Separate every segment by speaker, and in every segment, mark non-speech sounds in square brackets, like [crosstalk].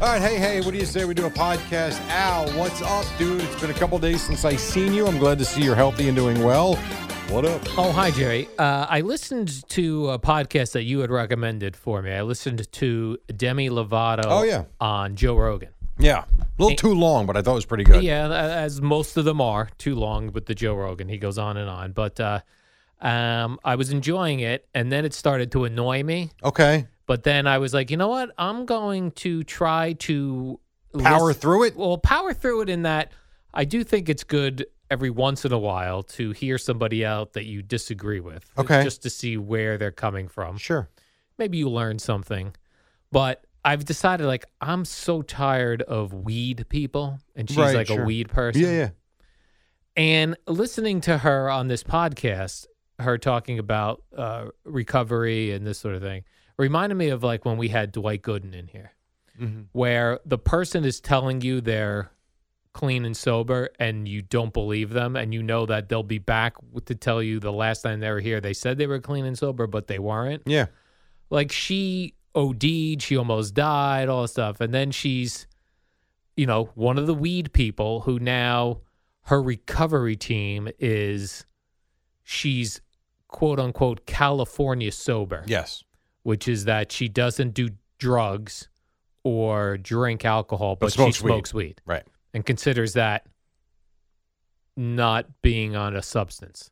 Speaker 1: All right, hey, hey, what do you say we do a podcast? Al, what's up, dude? It's been a couple days since I seen you. I'm glad to see you're healthy and doing well. What up?
Speaker 2: Oh, hi, Jerry. Uh, I listened to a podcast that you had recommended for me. I listened to Demi Lovato
Speaker 1: oh, yeah.
Speaker 2: on Joe Rogan.
Speaker 1: Yeah. A little too long, but I thought it was pretty good.
Speaker 2: Yeah, as most of them are too long with the Joe Rogan. He goes on and on. But uh, um, I was enjoying it, and then it started to annoy me.
Speaker 1: Okay.
Speaker 2: But then I was like, you know what? I'm going to try to
Speaker 1: power list- through it.
Speaker 2: Well, power through it in that I do think it's good every once in a while to hear somebody out that you disagree with.
Speaker 1: Okay.
Speaker 2: Just to see where they're coming from.
Speaker 1: Sure.
Speaker 2: Maybe you learn something. But I've decided like I'm so tired of weed people and she's
Speaker 1: Right,
Speaker 2: like
Speaker 1: sure.
Speaker 2: a weed person.
Speaker 1: Yeah, yeah.
Speaker 2: And listening to her on this podcast, her talking about uh, recovery and this sort of thing, reminded me of like when we had Dwight Gooden in here, where the person is telling you they're clean and sober and you don't believe them and you know that they'll be back to tell you the last time they were here they said they were clean and sober but they weren't
Speaker 1: Yeah.
Speaker 2: like she OD'd, she almost died, all this stuff, and then she's, you know, one of the weed people who now her recovery team is, she's quote unquote California sober,
Speaker 1: Yes.
Speaker 2: which is that she doesn't do drugs or drink alcohol, but,
Speaker 1: But smokes
Speaker 2: she
Speaker 1: weed.
Speaker 2: smokes weed
Speaker 1: Right.
Speaker 2: and considers that not being on a substance.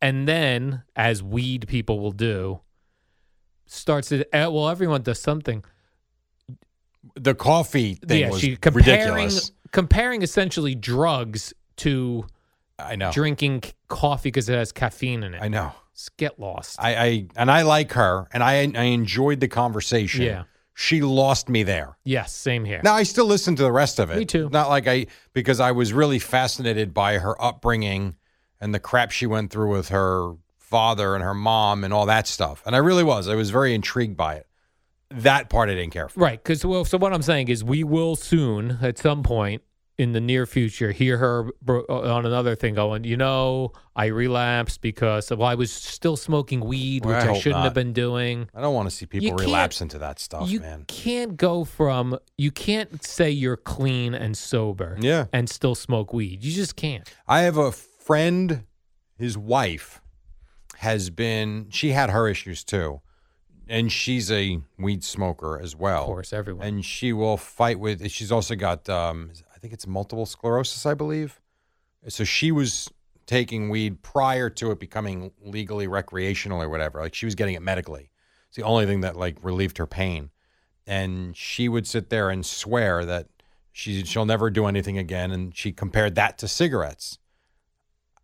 Speaker 2: And then, as weed people will do, starts to, eh, well, everyone does something.
Speaker 1: The coffee thing
Speaker 2: yeah,
Speaker 1: was
Speaker 2: she comparing,
Speaker 1: ridiculous.
Speaker 2: comparing essentially drugs to
Speaker 1: I know.
Speaker 2: drinking c- coffee because it has caffeine in it.
Speaker 1: Oh. I know.
Speaker 2: Just get lost.
Speaker 1: I, I and I like her and I I enjoyed the conversation.
Speaker 2: Yeah.
Speaker 1: She lost me there.
Speaker 2: yes, same here.
Speaker 1: Now I still listen to the rest of it.
Speaker 2: Me too.
Speaker 1: Not like I because I was really fascinated by her upbringing and the crap she went through with her father and her mom and all that stuff. And I really was. I was very intrigued by it. That part I didn't care for.
Speaker 2: Right, because well, so what I'm saying is, we will soon, at some point in the near future, hear her bro- uh, on another thing going. You know, I relapsed because well, I was still smoking weed,
Speaker 1: Well, I
Speaker 2: which I,
Speaker 1: hope
Speaker 2: shouldn't
Speaker 1: not.
Speaker 2: have been doing.
Speaker 1: I don't want to see people
Speaker 2: You can't-
Speaker 1: relapse into that stuff,
Speaker 2: you
Speaker 1: man.
Speaker 2: can't go from you can't say you're clean and sober,
Speaker 1: Yeah.
Speaker 2: and still smoke weed. You just can't.
Speaker 1: I have a friend, his wife has been, she had her issues too. And she's a weed smoker as well.
Speaker 2: Of course, everyone.
Speaker 1: And she will fight with, she's also got, um, I think it's multiple sclerosis, I believe. So she was taking weed prior to it becoming legally recreational or whatever. Like she was getting it medically. It's the only thing that like relieved her pain. And she would sit there and swear that she she'll never do anything again. And she compared that to cigarettes.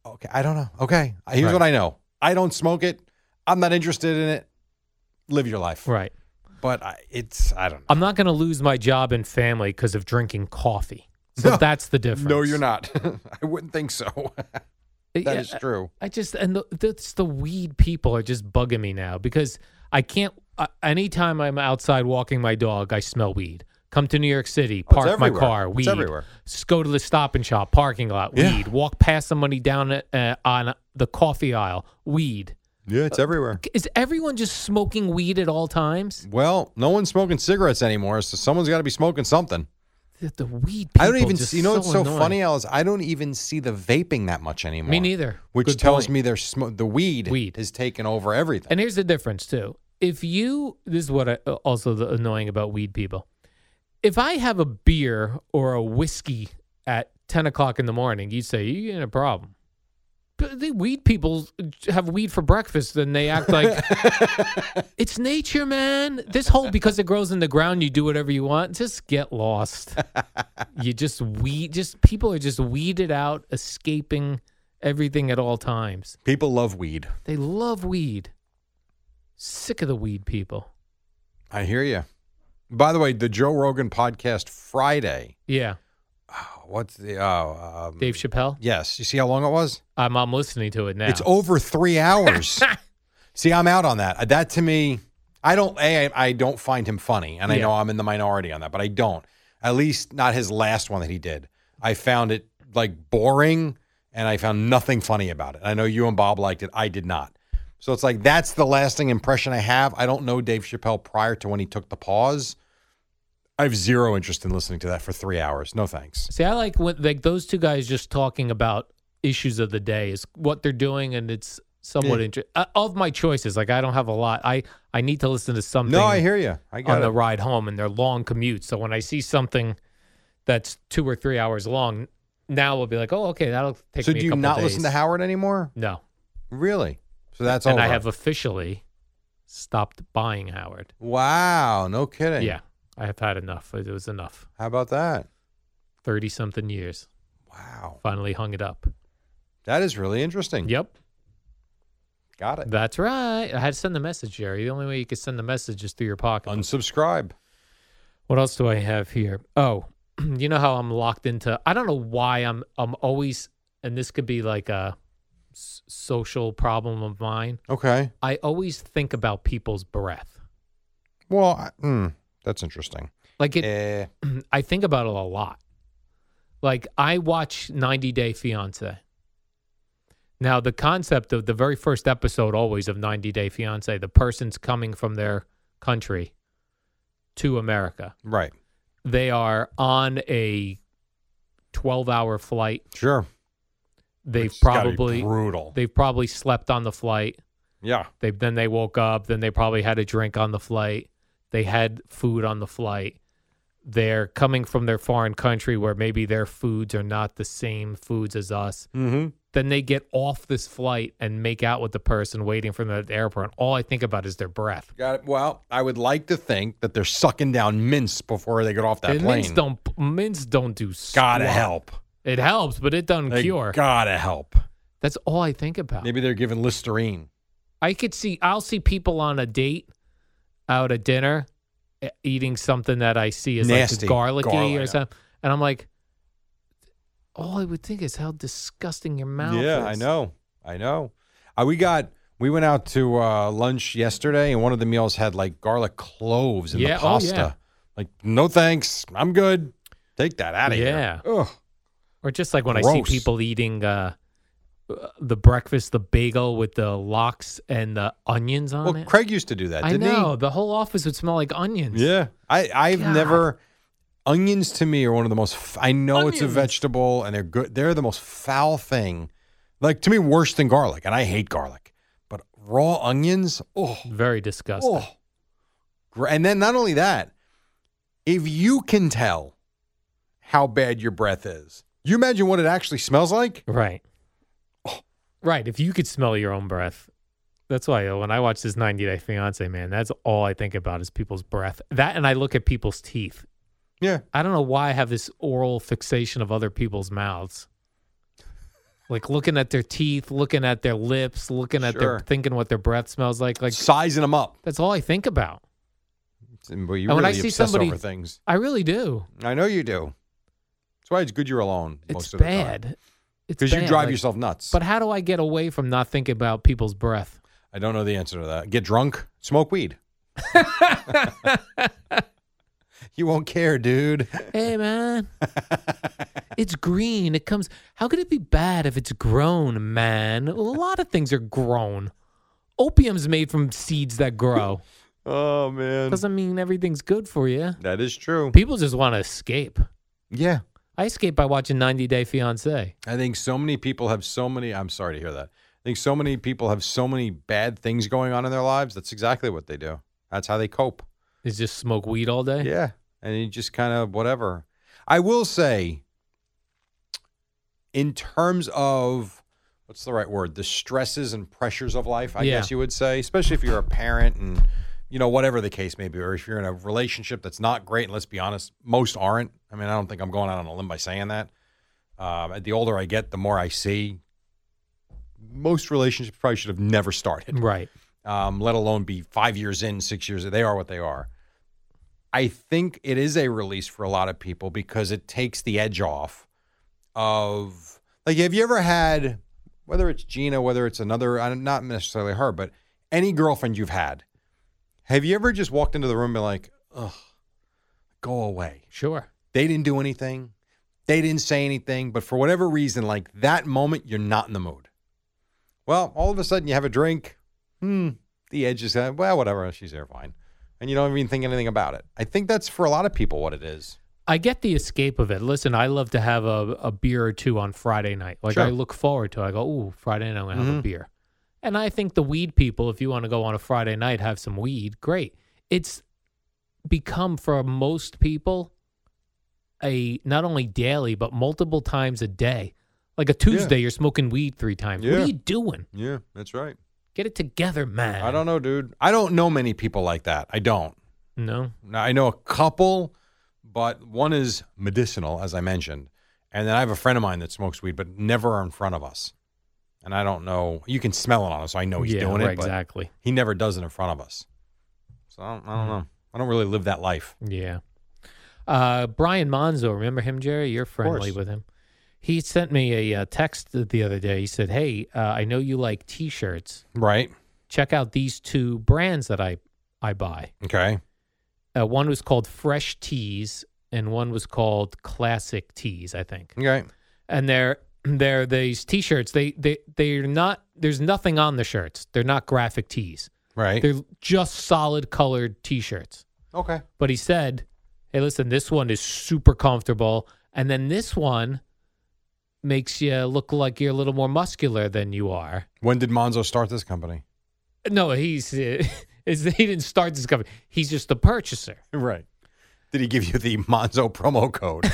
Speaker 1: Okay, I don't know. Okay, here's
Speaker 2: Right.
Speaker 1: what I know. I don't smoke it. I'm not interested in it. Live your life.
Speaker 2: right. Uh,
Speaker 1: But I, it's I don't know.
Speaker 2: I'm not going to lose my job and family because of drinking coffee.
Speaker 1: [laughs]
Speaker 2: So
Speaker 1: No.
Speaker 2: that's the difference.
Speaker 1: No, you're not. [laughs] I wouldn't think so.
Speaker 2: That is
Speaker 1: That is true.
Speaker 2: I just and the, that's the weed people are just bugging me now because I can't. Uh, anytime I'm outside walking my dog, I smell weed. Come to New York City,
Speaker 1: Oh, it's
Speaker 2: park my
Speaker 1: everywhere.
Speaker 2: car,
Speaker 1: It's
Speaker 2: weed.
Speaker 1: everywhere.
Speaker 2: S- Go to the Stop and Shop parking lot,
Speaker 1: Yeah.
Speaker 2: weed. Walk past somebody down uh, on the coffee aisle, weed.
Speaker 1: Yeah, it's everywhere.
Speaker 2: Is everyone just smoking weed at all times?
Speaker 1: Well, no one's smoking cigarettes anymore, so someone's got to be smoking something.
Speaker 2: The, the weed.
Speaker 1: I don't
Speaker 2: people
Speaker 1: even
Speaker 2: just
Speaker 1: see. You know, what's so
Speaker 2: annoying.
Speaker 1: funny, Alice. I don't even see the vaping that much anymore.
Speaker 2: Me neither.
Speaker 1: Which
Speaker 2: Good
Speaker 1: tells
Speaker 2: point.
Speaker 1: me there's sm- the weed,
Speaker 2: Weed.
Speaker 1: has taken over everything.
Speaker 2: And here's the difference too. If you, this is what I, uh, also the annoying about weed people. If I have a beer or a whiskey at ten o'clock in the morning, you say you in a problem. But the weed people have weed for breakfast, and they act like it's nature, man. This whole because it grows in the ground, you do whatever you want. Just get lost. you just weed. Just people are just weeded out, escaping everything at all times.
Speaker 1: People love weed.
Speaker 2: They love weed. Sick of the weed people.
Speaker 1: I hear you. By the way, the Joe Rogan podcast Friday.
Speaker 2: Yeah.
Speaker 1: Oh, what's the oh um,
Speaker 2: Dave Chappelle.
Speaker 1: Yes, you see how long it was.
Speaker 2: I'm, I'm listening to it now.
Speaker 1: It's over three hours. see, I'm out on that. That to me, I don't. A, I, I don't find him funny, and I
Speaker 2: Yeah.
Speaker 1: know I'm in the minority on that, but I don't. At least not his last one that he did. I found it like boring, and I found nothing funny about it. I know you and Bob liked it. I did not. So it's like that's the lasting impression I have. I don't know Dave Chappelle prior to when he took the pause. I have zero interest in listening to that for three hours. No thanks.
Speaker 2: [laughs] See, I like when like those two guys just talking about issues of the day is what they're doing, and it's somewhat interesting. Uh, of my choices, like I don't have a lot. I I need to listen to something.
Speaker 1: No, I hear you. I got
Speaker 2: on
Speaker 1: it.
Speaker 2: the ride home and their long commute. So when I see something that's two or three hours long, now we'll be like, oh, okay, that'll take
Speaker 1: so do
Speaker 2: me. a
Speaker 1: you
Speaker 2: couple
Speaker 1: not
Speaker 2: days.
Speaker 1: listen to Howard anymore?
Speaker 2: No,
Speaker 1: Really? So that's all.
Speaker 2: and I have officially stopped buying Howard.
Speaker 1: wow. No kidding.
Speaker 2: Yeah, I have had enough. It was enough.
Speaker 1: How about that?
Speaker 2: 30 something years.
Speaker 1: Wow.
Speaker 2: Finally hung it up.
Speaker 1: That is really interesting.
Speaker 2: Yep.
Speaker 1: Got it.
Speaker 2: That's right. I had to send the message, Jerry. The only way you could send the message is through your pocket.
Speaker 1: Unsubscribe.
Speaker 2: what else do I have here? Oh, [clears throat] you know how I'm locked into I don't know why I'm I'm always and this could be like a s- social problem of mine.
Speaker 1: Okay.
Speaker 2: I always think about people's breath.
Speaker 1: Well, I, mm, that's interesting.
Speaker 2: Like it
Speaker 1: Eh,
Speaker 2: [clears throat] I think about it a lot. Like I watch 90 Day Fiance. Now the concept of the very first episode always of 90 Day Fiance, the person's coming from their country to America.
Speaker 1: right.
Speaker 2: They are on a 12-hour flight.
Speaker 1: Sure.
Speaker 2: They've
Speaker 1: Which has gotta be
Speaker 2: probably
Speaker 1: brutal.
Speaker 2: they've probably slept on the flight.
Speaker 1: yeah.
Speaker 2: They then they woke up. Then they probably had a drink on the flight. They had food on the flight. They're coming from their foreign country where maybe their foods are not the same foods as us.
Speaker 1: Mm-hmm.
Speaker 2: Then they get off this flight and make out with the person waiting for them at the airport. And all I think about is their breath.
Speaker 1: Got it. Well, I would like to think that they're sucking down mints before they get off that
Speaker 2: and
Speaker 1: plane.
Speaker 2: mints don't mints don't do
Speaker 1: gotta
Speaker 2: squat.
Speaker 1: help.
Speaker 2: It helps, but it doesn't
Speaker 1: They
Speaker 2: cure.
Speaker 1: Gotta help.
Speaker 2: That's all I think about.
Speaker 1: Maybe they're giving Listerine.
Speaker 2: I could see. I'll see people on a date, out at dinner, e- eating something that I see as
Speaker 1: Nasty.
Speaker 2: like garlicky
Speaker 1: Garlic,
Speaker 2: or
Speaker 1: yeah.
Speaker 2: something, and I'm like, all I would think is how disgusting your mouth.
Speaker 1: Yeah, I
Speaker 2: is.
Speaker 1: know. I know. Uh, we got we went out to uh, lunch yesterday, and one of the meals had like garlic cloves in
Speaker 2: Yeah,
Speaker 1: the
Speaker 2: oh,
Speaker 1: pasta.
Speaker 2: yeah.
Speaker 1: Like, no thanks. I'm good. Take that out of
Speaker 2: Yeah.
Speaker 1: here. Yeah.
Speaker 2: Or just like when I
Speaker 1: Gross.
Speaker 2: see people eating uh, uh, the breakfast, the bagel with the lox and the onions on
Speaker 1: Well,
Speaker 2: it.
Speaker 1: Craig used to do that,
Speaker 2: I
Speaker 1: didn't
Speaker 2: know the whole office would smell like onions.
Speaker 1: he? Yeah. I I've
Speaker 2: God.
Speaker 1: never. Onions to me are one of the most. f- I know it's a vegetable, and they're good. They're the most foul thing. Like to me, worse than garlic, and I hate garlic. But raw onions, oh,
Speaker 2: very disgusting.
Speaker 1: Oh. Gr- And then not only that, if you can tell how bad your breath is, you imagine what it actually smells like?
Speaker 2: Right. Oh, Right. If you could smell your own breath. That's why uh, when I watch this 90 Day Fiance, man, that's all I think about is people's breath. That and I look at people's teeth.
Speaker 1: Yeah.
Speaker 2: I don't know why I have this oral fixation of other people's mouths. Like looking at their teeth, looking at their lips, looking at their
Speaker 1: Sure.
Speaker 2: thinking what their breath smells like. Like
Speaker 1: sizing them up.
Speaker 2: that's all I think about.
Speaker 1: But you
Speaker 2: And
Speaker 1: really
Speaker 2: when I see
Speaker 1: obsess
Speaker 2: somebody-
Speaker 1: over things.
Speaker 2: I really do.
Speaker 1: I know you do. That's why it's good you're alone
Speaker 2: It's
Speaker 1: most of the time.
Speaker 2: bad. It's
Speaker 1: Because you
Speaker 2: bad,
Speaker 1: drive
Speaker 2: like-
Speaker 1: yourself nuts.
Speaker 2: But how do I get away from not thinking about people's breath?
Speaker 1: I don't know the answer to that. Get drunk, smoke
Speaker 2: [laughs]
Speaker 1: weed. you won't care,
Speaker 2: [laughs]
Speaker 1: dude.
Speaker 2: Hey man, it's green. It comes. How could it be bad if it's grown, man? A lot of things are grown. opium's made from seeds that grow.
Speaker 1: Oh man,
Speaker 2: Doesn't mean everything's good for you.
Speaker 1: that is true.
Speaker 2: People just want to escape.
Speaker 1: Yeah,
Speaker 2: I escape by watching 90 Day Fiance.
Speaker 1: I think so many people have so many. I'm sorry to hear that. I think so many people have so many bad things going on in their lives. That's exactly what they do. That's how they cope.
Speaker 2: Is just smoke weed all day.
Speaker 1: Yeah. And you just kind of whatever. I will say, in terms of what's the right word? The stresses and pressures of life, I
Speaker 2: Yeah.
Speaker 1: guess you would say, especially if you're a parent and, you know, whatever the case may be, or if you're in a relationship that's not great, and let's be honest, most aren't. I mean, I don't think I'm going out on a limb by saying that. Um, the older I get, the more I see. Most relationships probably should have never started
Speaker 2: Right.
Speaker 1: um, let alone be five years in, six years. They are what they are. I think it is a release for a lot of people because it takes the edge off of like. Have you ever had whether it's Gina, whether it's another, I'm not necessarily her, but any girlfriend you've had? Have you ever just walked into the room and been like, "Ugh, go away"?
Speaker 2: Sure.
Speaker 1: They didn't do anything. They didn't say anything. But for whatever reason, like that moment, you're not in the mood. Well, all of a sudden, you have a drink. Hmm. The edge is, uh, well, whatever. She's there, fine. And you don't even think anything about it. I think that's for a lot of people what it is.
Speaker 2: I get the escape of it. Listen, I love to have a, a beer or two on Friday night. Like
Speaker 1: Sure. Mm-hmm.
Speaker 2: I look forward to. it. I go, ooh, Friday night I'm gonna have a beer. And I think the weed people, if you want to go on a Friday night, have some weed, great. It's become for most people a not only daily but multiple times a day. Like a Tuesday, you're smoking weed three times. What
Speaker 1: Yeah.
Speaker 2: are you doing?
Speaker 1: Yeah, that's right.
Speaker 2: Get it together, man.
Speaker 1: I don't know, dude. I don't know many people like that. I don't.
Speaker 2: No.
Speaker 1: Now, I know a couple, but one is medicinal, as I mentioned. And then I have a friend of mine that smokes weed, but never in front of us. And I don't know. You can smell it on him, so I know he's
Speaker 2: yeah,
Speaker 1: doing
Speaker 2: right,
Speaker 1: it. But
Speaker 2: exactly.
Speaker 1: he never does it in front of us. So I don't, I don't
Speaker 2: Mm-hmm.
Speaker 1: know. I don't really live that life.
Speaker 2: Yeah. Uh, Brian Monzo, remember him, Jerry? You're
Speaker 1: course.
Speaker 2: friendly with him. He sent me a uh, text the other day. He said, "Hey, uh, I know you like T-shirts.
Speaker 1: Right.
Speaker 2: Check out these two brands that I I buy.
Speaker 1: Okay.
Speaker 2: Uh, one was called Fresh Tees, and one was called Classic Tees, I think.
Speaker 1: Okay.
Speaker 2: And they're [clears throat] they're these T-shirts. They they they're not. There's nothing on the shirts. They're not graphic tees.
Speaker 1: Right.
Speaker 2: They're just solid colored T-shirts."
Speaker 1: okay.
Speaker 2: but he said, "Hey, listen, this one is super comfortable, and then this one makes you look like you're a little more muscular than you are."
Speaker 1: When did Monzo start this
Speaker 2: [laughs]
Speaker 1: company?
Speaker 2: No, he's [laughs] uh, is he didn't start this company. He's just the purchaser. [laughs]
Speaker 1: Right. Did he give you the Monzo promo code? [laughs]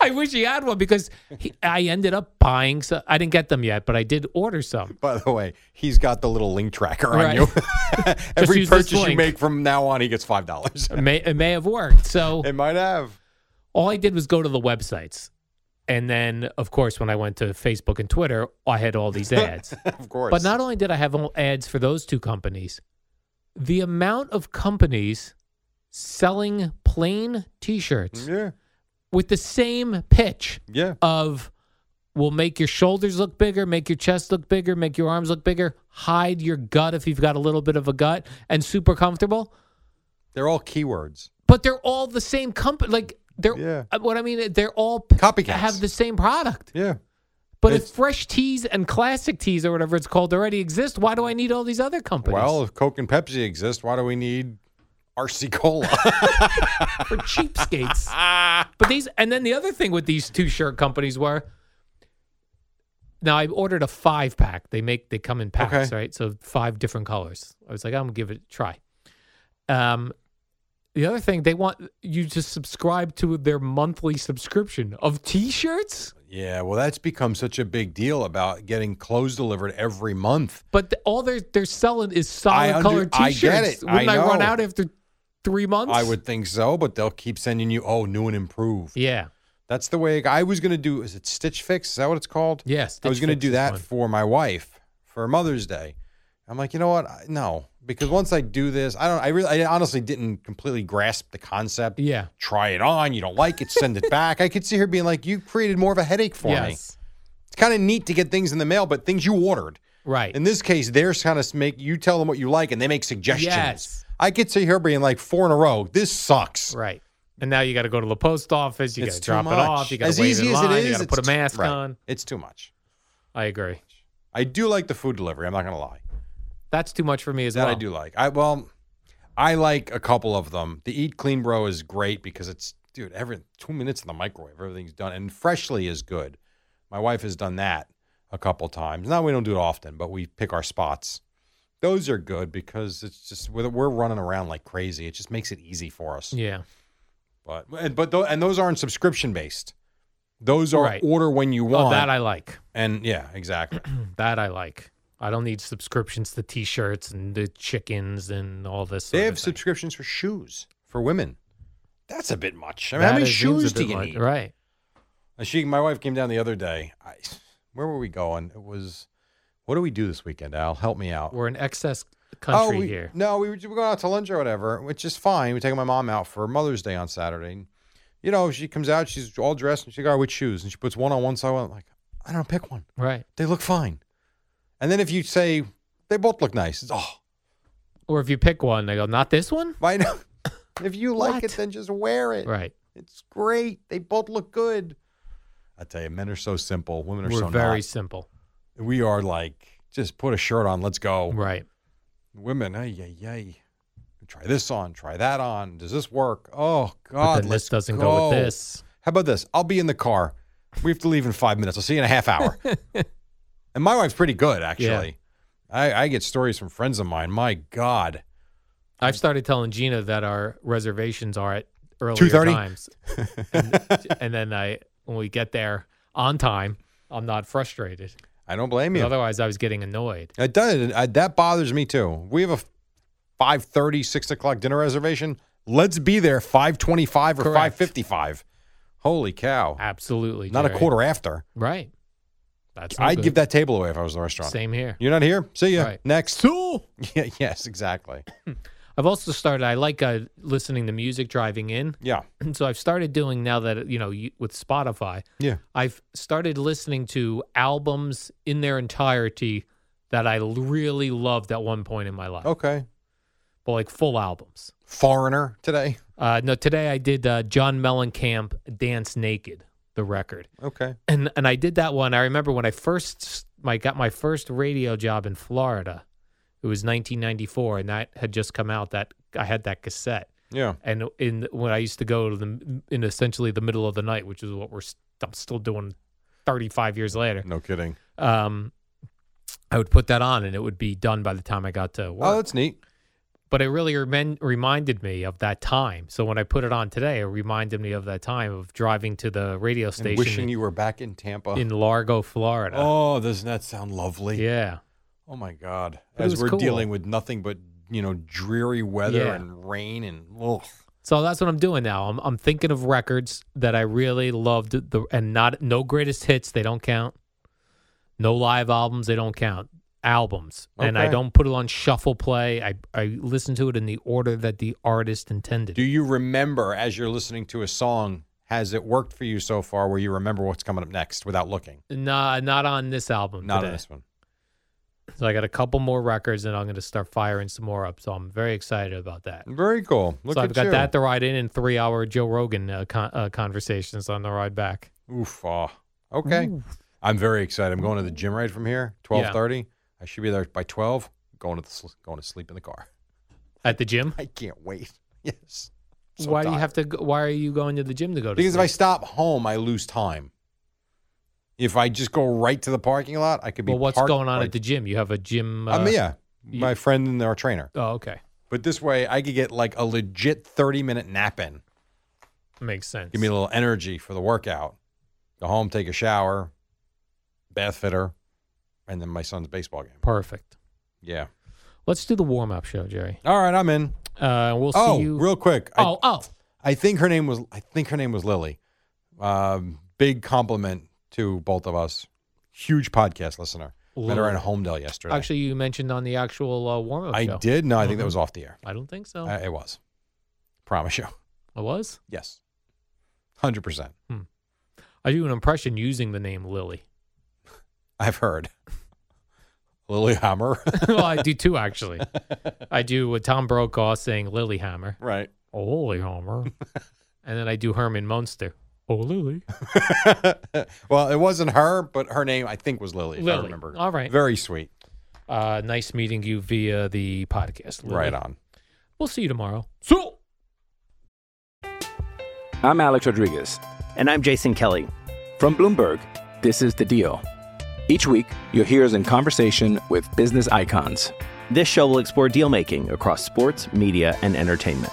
Speaker 2: I wish he had one because he, I ended up buying. So I didn't get them yet, but I did order some.
Speaker 1: By the way, he's got the little link tracker on
Speaker 2: Right. [laughs]
Speaker 1: you. [laughs] Every
Speaker 2: use this
Speaker 1: purchase you
Speaker 2: link.
Speaker 1: make from now on, he gets five dollars. [laughs]
Speaker 2: It may, it may have worked. So
Speaker 1: It might have. [laughs]
Speaker 2: all I did was go to the websites. And then, of course, when I went to Facebook and Twitter, I had all these ads.
Speaker 1: Of course.
Speaker 2: But not only did I have all ads for those two companies, the amount of companies selling plain T-shirts
Speaker 1: Yeah.
Speaker 2: with the same pitch
Speaker 1: Mm, Yeah.
Speaker 2: of will make your shoulders look bigger, make your chest look bigger, make your arms look bigger, hide your gut if you've got a little bit of a gut, and super comfortable.
Speaker 1: They're all keywords.
Speaker 2: But they're all the same company. Like they're
Speaker 1: Yeah.
Speaker 2: uh, what I mean. They're all
Speaker 1: Copycats.
Speaker 2: have the same product.
Speaker 1: Yeah.
Speaker 2: But if
Speaker 1: It's-
Speaker 2: fresh teas and classic teas or whatever it's called already exist, why do I need all these other companies?
Speaker 1: Well, if Coke and Pepsi exist, why do we need RC Cola? [laughs]
Speaker 2: for cheapskates. but these, and then the other thing with these two shirt companies were. Now I ordered a five pack. They make they come in packs,
Speaker 1: Okay.
Speaker 2: right? So five different colors. I was like, I'm gonna give it a try. Um, the other thing they want you to subscribe to their monthly subscription of T-shirts,
Speaker 1: yeah. Well, that's become such a big deal about getting clothes delivered every month.
Speaker 2: but th- all they're they're selling is solid
Speaker 1: I under-
Speaker 2: colored
Speaker 1: I
Speaker 2: T-shirts.
Speaker 1: get it. I
Speaker 2: Wouldn't I, run
Speaker 1: know.
Speaker 2: out after three months?
Speaker 1: I would think so, but they'll keep sending you, oh, new and improved.
Speaker 2: Yeah.
Speaker 1: That's the way I was going to do. Is it Stitch Fix? Is that what it's called?
Speaker 2: Yes.
Speaker 1: I was going to do that
Speaker 2: For-
Speaker 1: for my wife for Mother's Day. I'm like, you know what? I- No, because once I do this, I don't. I really, I honestly didn't completely grasp the concept.
Speaker 2: yeah.
Speaker 1: Try it on. You don't like it, send it back. I could see her being like, you created more of a headache for me.
Speaker 2: yes.
Speaker 1: It's kind of neat to get things in the mail, but things you ordered.
Speaker 2: Right.
Speaker 1: In this case, they're kind of make you tell them what you like, and they make suggestions.
Speaker 2: Yes.
Speaker 1: I could see her being like four in a row. This sucks.
Speaker 2: Right. And now you got to go to the post office. You got
Speaker 1: It's
Speaker 2: to
Speaker 1: too
Speaker 2: drop it off.
Speaker 1: much.
Speaker 2: You got
Speaker 1: As
Speaker 2: to wait
Speaker 1: easy
Speaker 2: in
Speaker 1: as it
Speaker 2: line.
Speaker 1: is,
Speaker 2: you got to put a
Speaker 1: it's-
Speaker 2: mask
Speaker 1: right.
Speaker 2: on.
Speaker 1: It's too much.
Speaker 2: I agree.
Speaker 1: I do like the food delivery. I'm not gonna lie.
Speaker 2: That's too much for me as
Speaker 1: That
Speaker 2: well.
Speaker 1: I do like. I well, I like a couple of them. The Eat Clean Bro is great because it's dude, every two minutes in the microwave, everything's done. And freshly is good. My wife has done that a couple times. Now we don't do it often, but we pick our spots. Those are good because it's just we're we're running around like crazy. It just makes it easy for us.
Speaker 2: Yeah.
Speaker 1: But and, but tho- and those aren't subscription based. Those are
Speaker 2: Right.
Speaker 1: order when you want.
Speaker 2: Well, Oh, that I like.
Speaker 1: and yeah, exactly.
Speaker 2: That I like. I don't need subscriptions to T-shirts and the chickens and all this. Sort
Speaker 1: they
Speaker 2: of
Speaker 1: have
Speaker 2: thing.
Speaker 1: subscriptions for shoes for women. That's a bit much. I mean,
Speaker 2: That
Speaker 1: how many
Speaker 2: is- seems a
Speaker 1: shoes do
Speaker 2: bit
Speaker 1: you
Speaker 2: much-
Speaker 1: need?
Speaker 2: Right.
Speaker 1: And She, my wife, came down the other day. I, where were we going? It was, what do we do this weekend? Al, help me out.
Speaker 2: We're in excess
Speaker 1: Oh,
Speaker 2: country
Speaker 1: we-
Speaker 2: here.
Speaker 1: No, we were just- we were going out to lunch or whatever, which is fine. We're taking my mom out for Mother's Day on Saturday. And, you know, she comes out, she's all dressed, and she got with shoes, and she puts one on one side. I'm like, I don't know, pick one.
Speaker 2: Right.
Speaker 1: They look fine. And then if you say they both look nice, it's oh, [laughs]
Speaker 2: Or if you pick one, they go, not this one.
Speaker 1: why not? if you like it,
Speaker 2: What?
Speaker 1: then just wear it.
Speaker 2: Right.
Speaker 1: It's great. They both look good. I tell you, men are so simple. Women are
Speaker 2: We're
Speaker 1: so
Speaker 2: very
Speaker 1: not.
Speaker 2: simple.
Speaker 1: we are like just put a shirt on let's go
Speaker 2: Right.
Speaker 1: women ay yay yay try this on try that on does this work oh
Speaker 2: But
Speaker 1: god
Speaker 2: then
Speaker 1: let's
Speaker 2: this doesn't go. with this.
Speaker 1: how about this i'll be in the car we have to leave in five minutes i'll see you in a half
Speaker 2: [laughs]
Speaker 1: hour and my wife's pretty good actually I, I get stories from friends of mine my god
Speaker 2: I've started telling Gina that our reservations are at earlier
Speaker 1: 2:30?
Speaker 2: times, and,
Speaker 1: [laughs]
Speaker 2: and then I when we get there on time, I'm not frustrated.
Speaker 1: i don't blame
Speaker 2: 'Cause
Speaker 1: you
Speaker 2: Otherwise, I was getting annoyed.
Speaker 1: I done it. I, that bothers me too. We have a 5.30, 6 o'clock dinner reservation. Let's be there 5.25 or
Speaker 2: Correct.
Speaker 1: 5.55. Holy cow.
Speaker 2: Absolutely,
Speaker 1: Not a
Speaker 2: Jerry.
Speaker 1: quarter after.
Speaker 2: Right. That's no
Speaker 1: I'd
Speaker 2: good.
Speaker 1: give that table away if I was the restaurant.
Speaker 2: same here.
Speaker 1: You're not here? See ya.
Speaker 2: Right.
Speaker 1: Next. Two. [laughs] Yeah, yes, exactly.
Speaker 2: I've also started. I like uh, listening to music driving in, [clears throat]
Speaker 1: Yeah.
Speaker 2: and so I've started doing now that you know you, with Spotify.
Speaker 1: Yeah.
Speaker 2: I've started listening to albums in their entirety that I l- really loved at one point in my life,
Speaker 1: Okay.
Speaker 2: but like full albums.
Speaker 1: Foreigner today.
Speaker 2: Uh, no, today I did uh, John Mellencamp "Dance Naked," the record,
Speaker 1: Okay.
Speaker 2: and and I did that one. I remember when I first s- my got my first radio job in Florida. It was 1994, and that had just come out. That I had that cassette,
Speaker 1: Yeah.
Speaker 2: and in when I used to go to the in essentially the middle of the night, which is what we're st- I'm still doing 35 years later.
Speaker 1: No kidding.
Speaker 2: Um, I would put that on, and it would be done by the time I got to work
Speaker 1: Oh, that's neat.
Speaker 2: but it really remen- reminded me of that time. So when I put it on today, it reminded me of that time of driving to the radio
Speaker 1: And
Speaker 2: station
Speaker 1: wishing
Speaker 2: in,
Speaker 1: you were back in Tampa.
Speaker 2: in Largo, Florida.
Speaker 1: oh, doesn't that sound lovely?
Speaker 2: yeah,
Speaker 1: Oh my God!
Speaker 2: But it
Speaker 1: As
Speaker 2: was
Speaker 1: we're
Speaker 2: cool.
Speaker 1: dealing with nothing but you know dreary weather
Speaker 2: Yeah.
Speaker 1: and rain and ugh.
Speaker 2: so that's what I'm doing now. I'm I'm thinking of records that I really loved, the and not no greatest hits. They don't count. No live albums. They don't count. Albums, and I
Speaker 1: Okay.
Speaker 2: don't put it on shuffle play. I I listen to it in the order that the artist intended.
Speaker 1: do you remember as you're listening to a song? Has it worked for you so far? Where you remember what's coming up next without looking?
Speaker 2: Nah, not on this album.
Speaker 1: Not
Speaker 2: today.
Speaker 1: on this one.
Speaker 2: So I got a couple more records, and I'm going to start firing some more up. So I'm very excited about that.
Speaker 1: Very cool. Look
Speaker 2: so
Speaker 1: at
Speaker 2: I've got
Speaker 1: you.
Speaker 2: that to ride in and three hour Joe Rogan uh, con- uh, conversations on the ride back.
Speaker 1: Oof. ah. okay. I'm very excited. I'm going to the gym right from here. Twelve thirty. I should be there by twelve. Going to the, sl- going to sleep in the car. [laughs]
Speaker 2: At the gym?
Speaker 1: I can't wait. [laughs] Yes. So
Speaker 2: why do you
Speaker 1: tired.
Speaker 2: have to? Go, why are you going to the gym to go to?
Speaker 1: Because if I
Speaker 2: sleep?
Speaker 1: stop home, I lose time. If I just go right to the parking lot, I could be.
Speaker 2: well, what's
Speaker 1: parked
Speaker 2: going on
Speaker 1: right-
Speaker 2: at the gym? You have a gym. Uh,
Speaker 1: Um, yeah,
Speaker 2: you-
Speaker 1: my friend and our trainer.
Speaker 2: Oh, okay,
Speaker 1: But this way, I could get like a legit thirty-minute nap in.
Speaker 2: makes sense.
Speaker 1: Give me a little energy for the workout. Go home, take a shower, bath fitter, and then my son's baseball game.
Speaker 2: perfect.
Speaker 1: Yeah.
Speaker 2: Let's do the warm up show, Jerry.
Speaker 1: All right, I'm in.
Speaker 2: Uh, we'll
Speaker 1: oh,
Speaker 2: see you.
Speaker 1: real quick.
Speaker 2: oh, oh,
Speaker 1: I, I think her name was. I think her name was Lily. Um, big compliment to both of us. Huge podcast listener. Met her
Speaker 2: Lily.
Speaker 1: in Homedale yesterday.
Speaker 2: actually, you mentioned on the actual uh, warm up.
Speaker 1: I
Speaker 2: show. Oh.
Speaker 1: did. No, I think that
Speaker 2: Mhm.
Speaker 1: was off the air.
Speaker 2: I don't think so.
Speaker 1: I,
Speaker 2: I,
Speaker 1: it was. Promise you.
Speaker 2: was.
Speaker 1: Yes. Hundred percent.
Speaker 2: I do an impression using the name Lily.
Speaker 1: I've heard. [laughs] Lilyhammer.
Speaker 2: well, I do too, actually. I do with Tom Brokaw saying Lilyhammer.
Speaker 1: right.
Speaker 2: Oh, Holy Homer. [laughs] and then I do Herman Munster. Oh, Lily.
Speaker 1: well, it wasn't her, but her name I think was Lily. If I
Speaker 2: Lily.
Speaker 1: remember.
Speaker 2: All right.
Speaker 1: Very sweet.
Speaker 2: Uh, nice meeting you via the podcast. Lily.
Speaker 1: Right on.
Speaker 2: We'll see you tomorrow. So.
Speaker 3: I'm Alex Rodriguez.
Speaker 4: And I'm Jason Kelly.
Speaker 3: From Bloomberg, this is The Deal. Each week, you'll hear us in conversation with business icons.
Speaker 4: This show will explore deal making across sports, media, and entertainment.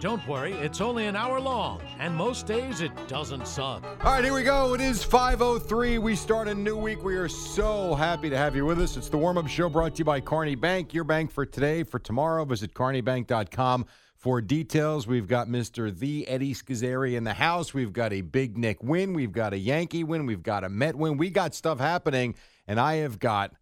Speaker 5: Don't worry, it's only an hour long, and most days it doesn't suck.
Speaker 1: All right, here we go. It is 5:03. We start a new week. We are so happy to have you with us. It's the warm-up show brought to you by Carney Bank. Your bank for today, for tomorrow. Visit carneybank.com for details. We've got Mr. The Eddie Schizzeri in the house. We've got a Big Nick win. We've got a Yankee win. We've got a Met win. We got stuff happening, and I have got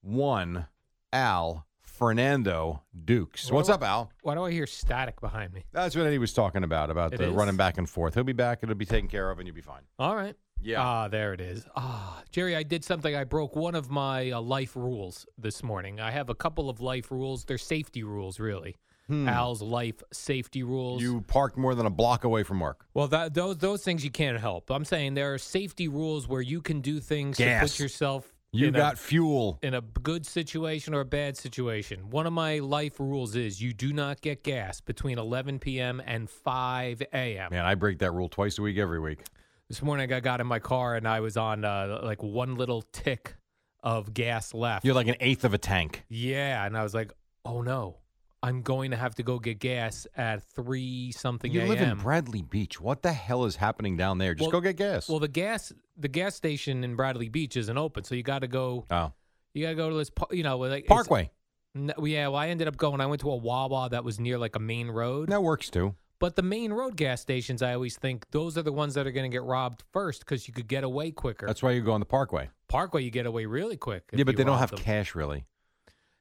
Speaker 1: one Al Fernando Dukes. What's up, Al?
Speaker 2: Why do I hear static behind me?
Speaker 1: That's what Eddie was talking about about
Speaker 2: It
Speaker 1: the
Speaker 2: is.
Speaker 1: running back and forth. He'll be back. It'll be taken care of, and you'll be fine.
Speaker 2: All right.
Speaker 1: Yeah.
Speaker 2: Ah, there it is. Ah, Jerry, I did something. I broke one of my uh, life rules this morning. I have a couple of life rules. They're safety rules, really. Al's life safety rules.
Speaker 1: Hmm. You parked more than a block away from work.
Speaker 2: well, that, those those things you can't help. I'm saying there are safety rules where you can do things to
Speaker 1: Gas.
Speaker 2: put yourself.
Speaker 1: You
Speaker 2: in a-
Speaker 1: got fuel.
Speaker 2: in a good situation or a bad situation. One of my life rules is you do not get gas between 11 p.m. and 5 a.m.
Speaker 1: Man, I break that rule twice a week, every week.
Speaker 2: This morning I got in my car and I was on uh, like one little tick of gas left.
Speaker 1: You're like an eighth of a tank.
Speaker 2: yeah, and I was like, oh no, I'm going to have to go get gas at three something
Speaker 1: You
Speaker 2: a.m.
Speaker 1: live in Bradley Beach. What the hell is happening down there? Just go
Speaker 2: Well-
Speaker 1: get gas.
Speaker 2: Well, the gas the gas station in Bradley Beach isn't open, so you got to go.
Speaker 1: oh,
Speaker 2: You got to go to this, par- you know, like it's-
Speaker 1: Parkway.
Speaker 2: No, yeah, well, I ended up going. I went to a Wawa that was near like a main road.
Speaker 1: That works too.
Speaker 2: But the main road gas stations, I always think those are the ones that are going to get robbed first because you could get away quicker.
Speaker 1: That's why you go on the Parkway.
Speaker 2: Parkway, you get away really quick. if
Speaker 1: yeah, but
Speaker 2: you
Speaker 1: they don't
Speaker 2: rob
Speaker 1: have
Speaker 2: them.
Speaker 1: cash really.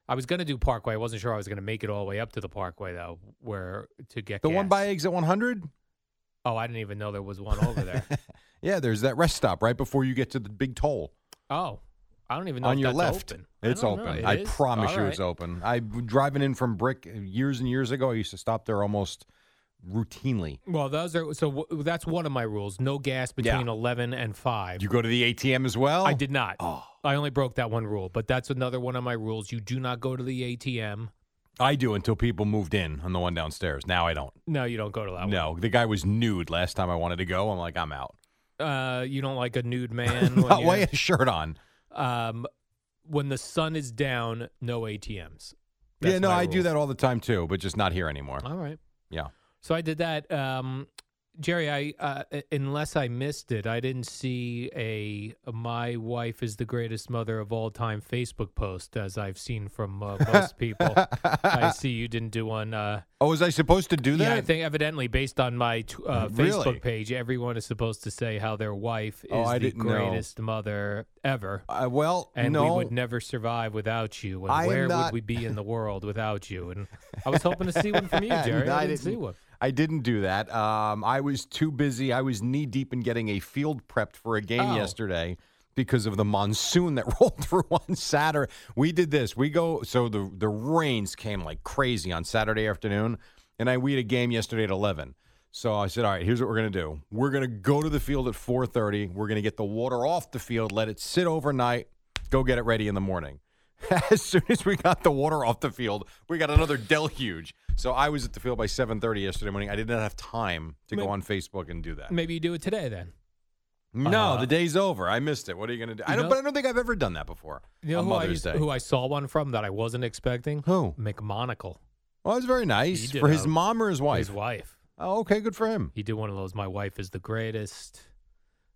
Speaker 2: I was going to do Parkway. I wasn't sure I was going to make it all the way up to the Parkway though, where to get
Speaker 1: The one
Speaker 2: gas.
Speaker 1: by Exit 100.
Speaker 2: Oh, I didn't even know there was one
Speaker 1: [laughs]
Speaker 2: over there.
Speaker 1: Yeah, there's that rest stop right before you get to the big toll
Speaker 2: oh, I don't even know
Speaker 1: on
Speaker 2: if
Speaker 1: your
Speaker 2: that's
Speaker 1: left.
Speaker 2: Open. I
Speaker 1: It's
Speaker 2: don't know.
Speaker 1: open.
Speaker 2: It
Speaker 1: I
Speaker 2: is?
Speaker 1: promise
Speaker 2: All
Speaker 1: you, it's
Speaker 2: right.
Speaker 1: open. I driving in from Brick uh, years and years ago. I used to stop there almost routinely.
Speaker 2: Well, those are so. W- that's one of my rules: no gas between eleven and five.
Speaker 1: You Oh. go to the ATM as well.
Speaker 2: I did not. I only broke that one rule, but that's another one of my rules. You do not go to the ATM.
Speaker 1: I do until people moved in on the one downstairs. Now I don't.
Speaker 2: No, you don't go to that one.
Speaker 1: No, the guy was nude last time I wanted to go. I'm like, I'm out.
Speaker 2: uh, you don't like a nude man.
Speaker 1: [laughs]
Speaker 2: when
Speaker 1: Not
Speaker 2: you-
Speaker 1: why a shirt on.
Speaker 2: um, when the sun is down, no ATMs.
Speaker 1: yeah,
Speaker 2: That's
Speaker 1: no,
Speaker 2: my
Speaker 1: I do
Speaker 2: rule.
Speaker 1: that all the time too, but just not here anymore.
Speaker 2: All right.
Speaker 1: Yeah.
Speaker 2: So I did that. Um, Jerry, I uh, u- unless I missed it, I didn't see a "My wife is the greatest mother of all time" Facebook post as I've seen from uh, most people.
Speaker 1: [laughs]
Speaker 2: I see you didn't do one. Uh,
Speaker 1: Oh, was I supposed to do that? Mm,
Speaker 2: yeah, I think evidently based on my tw- uh, Facebook
Speaker 1: Really?
Speaker 2: page, everyone is supposed to say how their wife is
Speaker 1: Oh, I
Speaker 2: the
Speaker 1: didn't know.
Speaker 2: greatest mother ever.
Speaker 1: Uh, well,
Speaker 2: and
Speaker 1: no.
Speaker 2: we would never survive without you. And
Speaker 1: I am
Speaker 2: where
Speaker 1: not-
Speaker 2: would we
Speaker 1: [laughs]
Speaker 2: be in the world without you? And I was hoping to see one from you,
Speaker 1: No,
Speaker 2: Jerry.
Speaker 1: I
Speaker 2: I, didn't see
Speaker 1: didn't. e-
Speaker 2: one.
Speaker 1: I didn't do that. Um, I was too busy. I was knee deep in getting a field prepped for a game
Speaker 2: Oh.
Speaker 1: yesterday because of the monsoon that [laughs] rolled through on Saturday. We did this. We go so the the rains came like crazy on Saturday afternoon, and I we had a game yesterday at eleven. So I said, all right, here's what we're gonna do. We're gonna go to the field at four thirty. We're gonna get the water off the field, let it sit overnight, go get it ready in the morning. [laughs] As soon as we got the water off the field, we got another deluge. So I was at the field by 7:30 yesterday morning. I did not have time to go on Facebook and do that.
Speaker 2: Maybe you do it today then.
Speaker 1: No,
Speaker 2: Uh,
Speaker 1: the day's over. I missed it. What are you going to do? I
Speaker 2: You
Speaker 1: don't,
Speaker 2: know-
Speaker 1: but I don't think I've ever done that before.
Speaker 2: You know
Speaker 1: on
Speaker 2: who I,
Speaker 1: Mother's
Speaker 2: used,
Speaker 1: Day.
Speaker 2: who I saw one from that I wasn't expecting?
Speaker 1: Who?
Speaker 2: McMonagle.
Speaker 1: well, it was very nice
Speaker 2: did
Speaker 1: for his
Speaker 2: a-
Speaker 1: mom or his wife.
Speaker 2: His wife.
Speaker 1: Oh, okay, good for him.
Speaker 2: He did one of those. My wife is the greatest.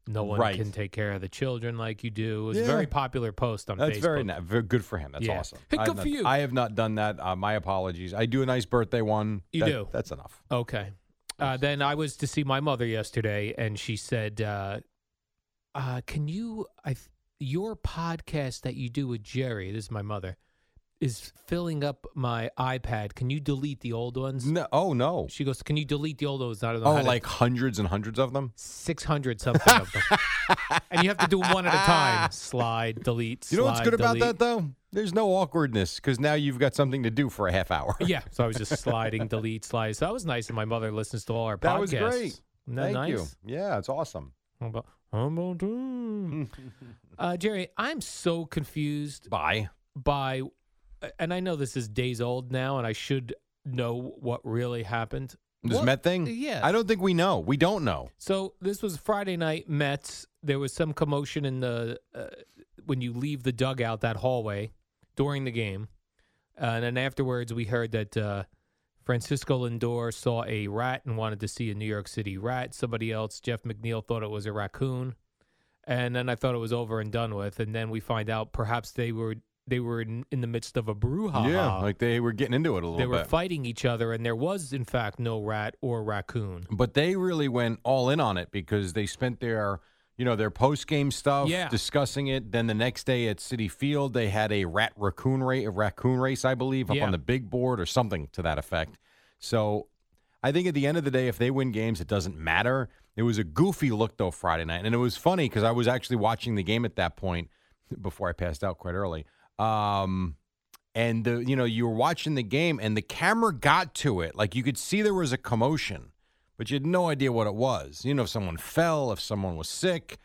Speaker 2: No one
Speaker 1: Right.
Speaker 2: can take care of the children like you do. It was
Speaker 1: Yeah.
Speaker 2: a very popular post on
Speaker 1: That's
Speaker 2: Facebook.
Speaker 1: very nice. Very good for him. That's
Speaker 2: Yeah.
Speaker 1: awesome.
Speaker 2: Hey,
Speaker 1: I have
Speaker 2: good
Speaker 1: not-
Speaker 2: for you.
Speaker 1: I have not done that. Uh, my apologies. I do a nice birthday one.
Speaker 2: You
Speaker 1: That-
Speaker 2: do.
Speaker 1: That's enough.
Speaker 2: Okay. Uh, then I was to see my mother yesterday, and she said, uh, uh, "Can you? I th- your podcast that you do with Jerry. This is my mother. is filling up my iPad. Can you delete the old ones?
Speaker 1: No. Oh no.
Speaker 2: She goes, "Can you delete the old ones?" I don't know.
Speaker 1: Oh, like hundreds and hundreds of them.
Speaker 2: six hundred something of them,
Speaker 1: [laughs]
Speaker 2: and you have to do one at a time. Slide, delete.
Speaker 1: You know what's
Speaker 2: slide,
Speaker 1: good about that
Speaker 2: delete.
Speaker 1: though? There's no awkwardness because now you've got something to do for a half hour. [laughs]
Speaker 2: Yeah. So I was just sliding, delete, slide. So that was nice. And my mother listens to all our
Speaker 1: That
Speaker 2: podcasts.
Speaker 1: was great.
Speaker 2: Isn't that
Speaker 1: Thank
Speaker 2: nice?
Speaker 1: you. Yeah, it's awesome.
Speaker 2: How about- how about that? uh, Jerry, I'm so confused
Speaker 1: Bye.
Speaker 2: by, and I know this is days old now, and I should know what really happened.
Speaker 1: This
Speaker 2: What-
Speaker 1: Met thing?
Speaker 2: Yeah.
Speaker 1: I don't think we know. We don't know.
Speaker 2: So this was Friday night Mets. There was some commotion in the uh, when you leave the dugout that hallway during the game, uh, and then afterwards we heard that uh, Francisco Lindor saw a rat and wanted to see a New York City rat. Somebody else, Jeff McNeil, thought it was a raccoon, and then I thought it was over and done with. And then we find out perhaps they were they were in, in the midst of a brouhaha.
Speaker 1: Yeah, like they were getting into it a little
Speaker 2: they were
Speaker 1: bit.
Speaker 2: fighting each other, and there was in fact no rat or raccoon.
Speaker 1: but they really went all in on it because they spent their you know their post game stuff
Speaker 2: Yeah.
Speaker 1: discussing it then the next day at city field they had a rat raccoon race a raccoon race i believe up
Speaker 2: Yeah.
Speaker 1: on the big board or something to that effect so i think at the end of the day if they win games it doesn't matter it was a goofy look though friday night and it was funny because i was actually watching the game at that point [laughs] before i passed out quite early um and the you know you were watching the game and the camera got to it like you could see there was a commotion but you had no idea what it was you know if someone fell if someone was sick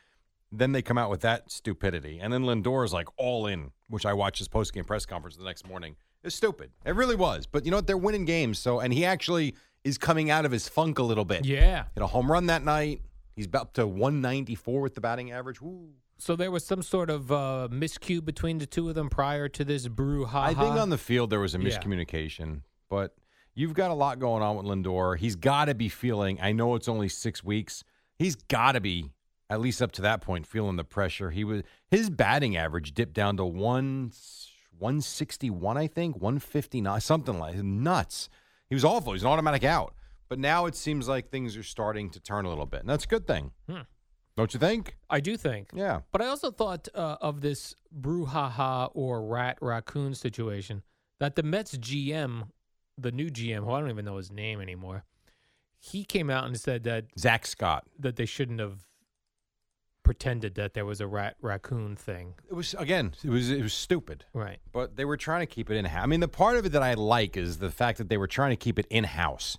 Speaker 1: then they come out with that stupidity and then lindor is like all in which i watched his post-game press conference the next morning it's stupid it really was but you know what they're winning games so and he actually is coming out of his funk a little bit
Speaker 2: Yeah.
Speaker 1: hit a home run that night he's up to 194 with the batting average Woo.
Speaker 2: So there was some sort of uh, miscue between the two of them prior to this brouhaha.
Speaker 1: I think on the field there was a
Speaker 2: Yeah.
Speaker 1: miscommunication, but you've got a lot going on with Lindor. He's got to be feeling. I know it's only six weeks. He's got to be at least up to that point feeling the pressure. He was his batting average dipped down to one one sixty one, I think one fifty nine, something like nuts. He was awful. He's an automatic out. But now it seems like things are starting to turn a little bit, and that's a good thing,
Speaker 2: Hmm.
Speaker 1: don't you think?
Speaker 2: I do think.
Speaker 1: Yeah.
Speaker 2: But I also thought uh, of this brouhaha or rat raccoon situation that the Mets GM, the new GM, who I don't even know his name anymore, he came out and said that
Speaker 1: Zach Scott.
Speaker 2: that they shouldn't have pretended that there was a rat raccoon thing.
Speaker 1: It was again. It was it was stupid.
Speaker 2: Right.
Speaker 1: But they were trying to keep it in house. I mean, the part of it that I like is the fact that they were trying to keep it in house.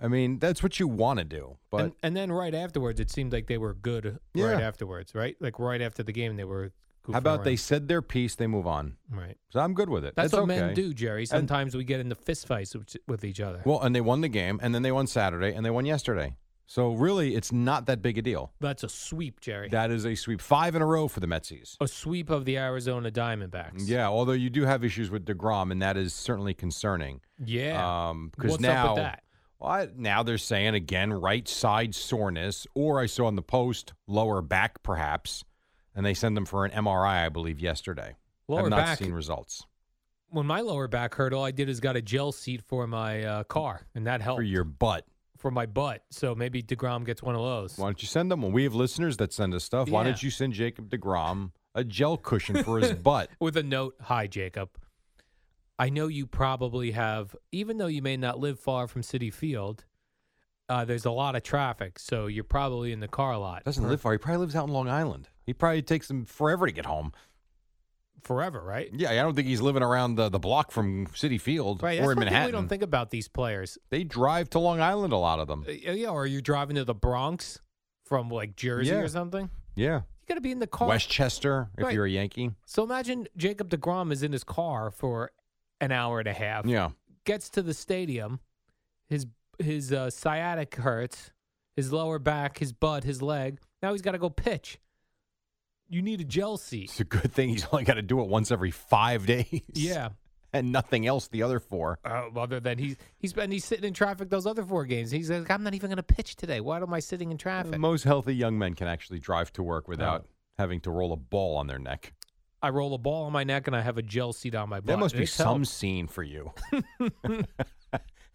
Speaker 1: I mean, that's what you want to do. But
Speaker 2: and, and then right afterwards, it seemed like they were good.
Speaker 1: Yeah.
Speaker 2: Right afterwards, right? Like right after the game, they were.
Speaker 1: how
Speaker 2: goofing
Speaker 1: about they
Speaker 2: around.
Speaker 1: said their piece, they move on?
Speaker 2: Right.
Speaker 1: So I'm good with it.
Speaker 2: That's
Speaker 1: It's
Speaker 2: what men
Speaker 1: okay.
Speaker 2: do, Jerry.
Speaker 1: And-
Speaker 2: Sometimes we get into fistfights with, with each other.
Speaker 1: well, and they won the game, and then they won Saturday, and they won yesterday. So really, it's not that big a deal.
Speaker 2: That's a sweep, Jerry.
Speaker 1: That is a sweep, five in a row for the Metsies.
Speaker 2: a sweep of the Arizona Diamondbacks.
Speaker 1: Yeah, although you do have issues with Degrom, and that is certainly concerning.
Speaker 2: Yeah.
Speaker 1: Um, because
Speaker 2: What's
Speaker 1: now,
Speaker 2: up with that?
Speaker 1: Well, I- now they're saying again right side soreness, or I saw in the post lower back perhaps, and they sent them for an MRI, I believe, yesterday.
Speaker 2: Lower
Speaker 1: I've not
Speaker 2: back-
Speaker 1: seen results
Speaker 2: When my lower back hurt, all I did is got a gel seat for my uh, car, and that helped
Speaker 1: for your butt.
Speaker 2: for my butt. So maybe Degrom gets one of those.
Speaker 1: Why don't you send them? Well, we have listeners that send us stuff. Why
Speaker 2: Yeah.
Speaker 1: don't you send Jacob Degrom a gel cushion for
Speaker 2: [laughs]
Speaker 1: his butt?
Speaker 2: with a note Hi, Jacob. I know you probably have, even though you may not live far from City Field, uh, there's a lot of traffic. So you're probably in the car a lot.
Speaker 1: Doesn't live far. He probably lives out in Long Island. He probably takes him forever to get home.
Speaker 2: forever, right?
Speaker 1: Yeah, I don't think he's living around the, the block from City Field
Speaker 2: Right. That's
Speaker 1: or
Speaker 2: one
Speaker 1: in
Speaker 2: thing
Speaker 1: Manhattan.
Speaker 2: We don't think about these players.
Speaker 1: they drive to Long Island. A lot of them.
Speaker 2: Uh, yeah, or you're driving to the Bronx from like Jersey
Speaker 1: Yeah.
Speaker 2: or something.
Speaker 1: Yeah,
Speaker 2: You got to be in the car.
Speaker 1: Westchester. If
Speaker 2: Right.
Speaker 1: you're a Yankee.
Speaker 2: So imagine Jacob DeGrom is in his car for an hour and a half.
Speaker 1: Yeah.
Speaker 2: Gets to the stadium, his his uh, sciatic hurts, his lower back, his butt, his leg. Now he's got to go pitch. You need a gel seat.
Speaker 1: It's a good thing he's only got to do it once every five days.
Speaker 2: Yeah.
Speaker 1: [laughs] And nothing else the other four.
Speaker 2: Uh, other than he's he's been he's sitting in traffic those other four games. He's like, I'm not even going to pitch today. Why am I sitting in traffic?
Speaker 1: Most healthy young men can actually drive to work
Speaker 2: Oh.
Speaker 1: without having to roll a ball on their neck.
Speaker 2: I roll a ball on my neck and I have a gel seat on my butt.
Speaker 1: that must be
Speaker 2: It
Speaker 1: some
Speaker 2: helps.
Speaker 1: scene for
Speaker 2: [laughs]
Speaker 1: you. [laughs] I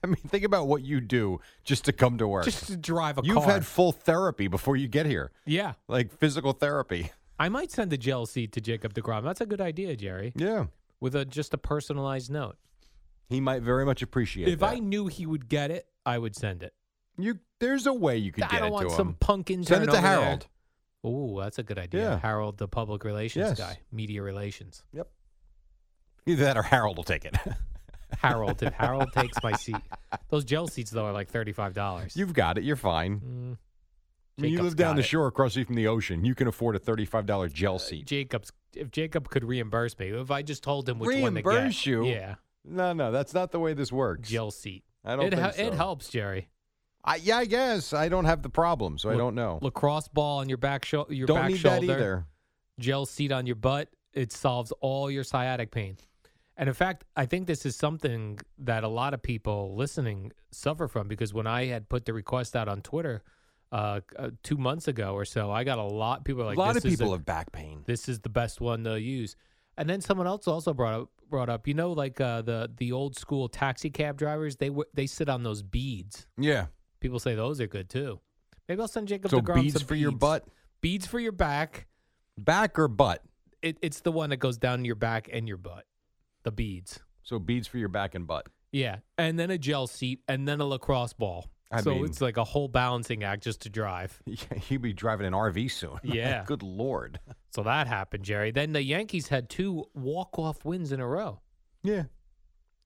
Speaker 1: mean, think about what you do just to come to work.
Speaker 2: just to drive a
Speaker 1: You've
Speaker 2: car.
Speaker 1: had full therapy before you get here,
Speaker 2: yeah.
Speaker 1: like physical therapy.
Speaker 2: I might send a gel seat to Jacob DeGrom. That's a good idea, Jerry.
Speaker 1: Yeah.
Speaker 2: with a just a personalized note.
Speaker 1: He might very much appreciate
Speaker 2: If
Speaker 1: that.
Speaker 2: I knew he would get it, I would send it.
Speaker 1: You there's a way you could
Speaker 2: I
Speaker 1: get
Speaker 2: don't
Speaker 1: it
Speaker 2: want
Speaker 1: to
Speaker 2: some
Speaker 1: him.
Speaker 2: pumpkin
Speaker 1: Send it
Speaker 2: turn
Speaker 1: to
Speaker 2: over there.
Speaker 1: Harold.
Speaker 2: Ooh, that's a good idea.
Speaker 1: Yeah.
Speaker 2: Harold, the public relations
Speaker 1: Yes.
Speaker 2: guy, media relations.
Speaker 1: Yep. Either that or Harold will take it.
Speaker 2: Harold, if Harold takes
Speaker 1: [laughs]
Speaker 2: my seat, those gel seats though are like thirty-five dollars.
Speaker 1: You've got it. You're fine.
Speaker 2: Mm,
Speaker 1: I mean, you
Speaker 2: Jacob's
Speaker 1: live down
Speaker 2: got
Speaker 1: the
Speaker 2: it.
Speaker 1: shore across the- from the ocean. You can afford a $35 gel seat.
Speaker 2: Jacob's. If Jacob could reimburse me, if I just told him which one to
Speaker 1: Reimburse
Speaker 2: get,
Speaker 1: you?
Speaker 2: yeah,
Speaker 1: no, no, that's not the way this works.
Speaker 2: gel seat.
Speaker 1: I don't
Speaker 2: it,
Speaker 1: think
Speaker 2: hel-
Speaker 1: so.
Speaker 2: it helps, Jerry.
Speaker 1: I, yeah, I guess. I don't have the problem, so I
Speaker 2: La-
Speaker 1: don't know.
Speaker 2: Lacrosse ball on your back shoulder. Your
Speaker 1: don't
Speaker 2: back
Speaker 1: need
Speaker 2: shoulder.
Speaker 1: that either.
Speaker 2: gel seat on your butt. It solves all your sciatic pain. And in fact, I think this is something that a lot of people listening suffer from because when I had put the request out on Twitter uh, uh, two months ago or so, I got a lot. People are like,
Speaker 1: a lot of
Speaker 2: "This is
Speaker 1: people have back pain.
Speaker 2: this is the best one to use. And then someone else also brought up brought up, you know, like uh, the the old school taxi cab drivers. They w- they sit on those beads.
Speaker 1: Yeah.
Speaker 2: People say those are good too. Maybe I'll send Jacob
Speaker 1: So
Speaker 2: DeGrom some
Speaker 1: beads for your butt,
Speaker 2: beads for your back
Speaker 1: back or butt.
Speaker 2: it, it's the one that goes down your back and your butt, the beads.
Speaker 1: So beads for your back and butt. [laughs]
Speaker 2: Yeah, and then a gel seat, and then a lacrosse ball.
Speaker 1: I
Speaker 2: so
Speaker 1: mean-
Speaker 2: it's like a whole balancing act just to drive.
Speaker 1: He'd be driving an RV soon. [laughs]
Speaker 2: Yeah.
Speaker 1: Good lord. [laughs]
Speaker 2: So that happened, Jerry. Then the Yankees had two walk-off wins in a row.
Speaker 1: Yeah.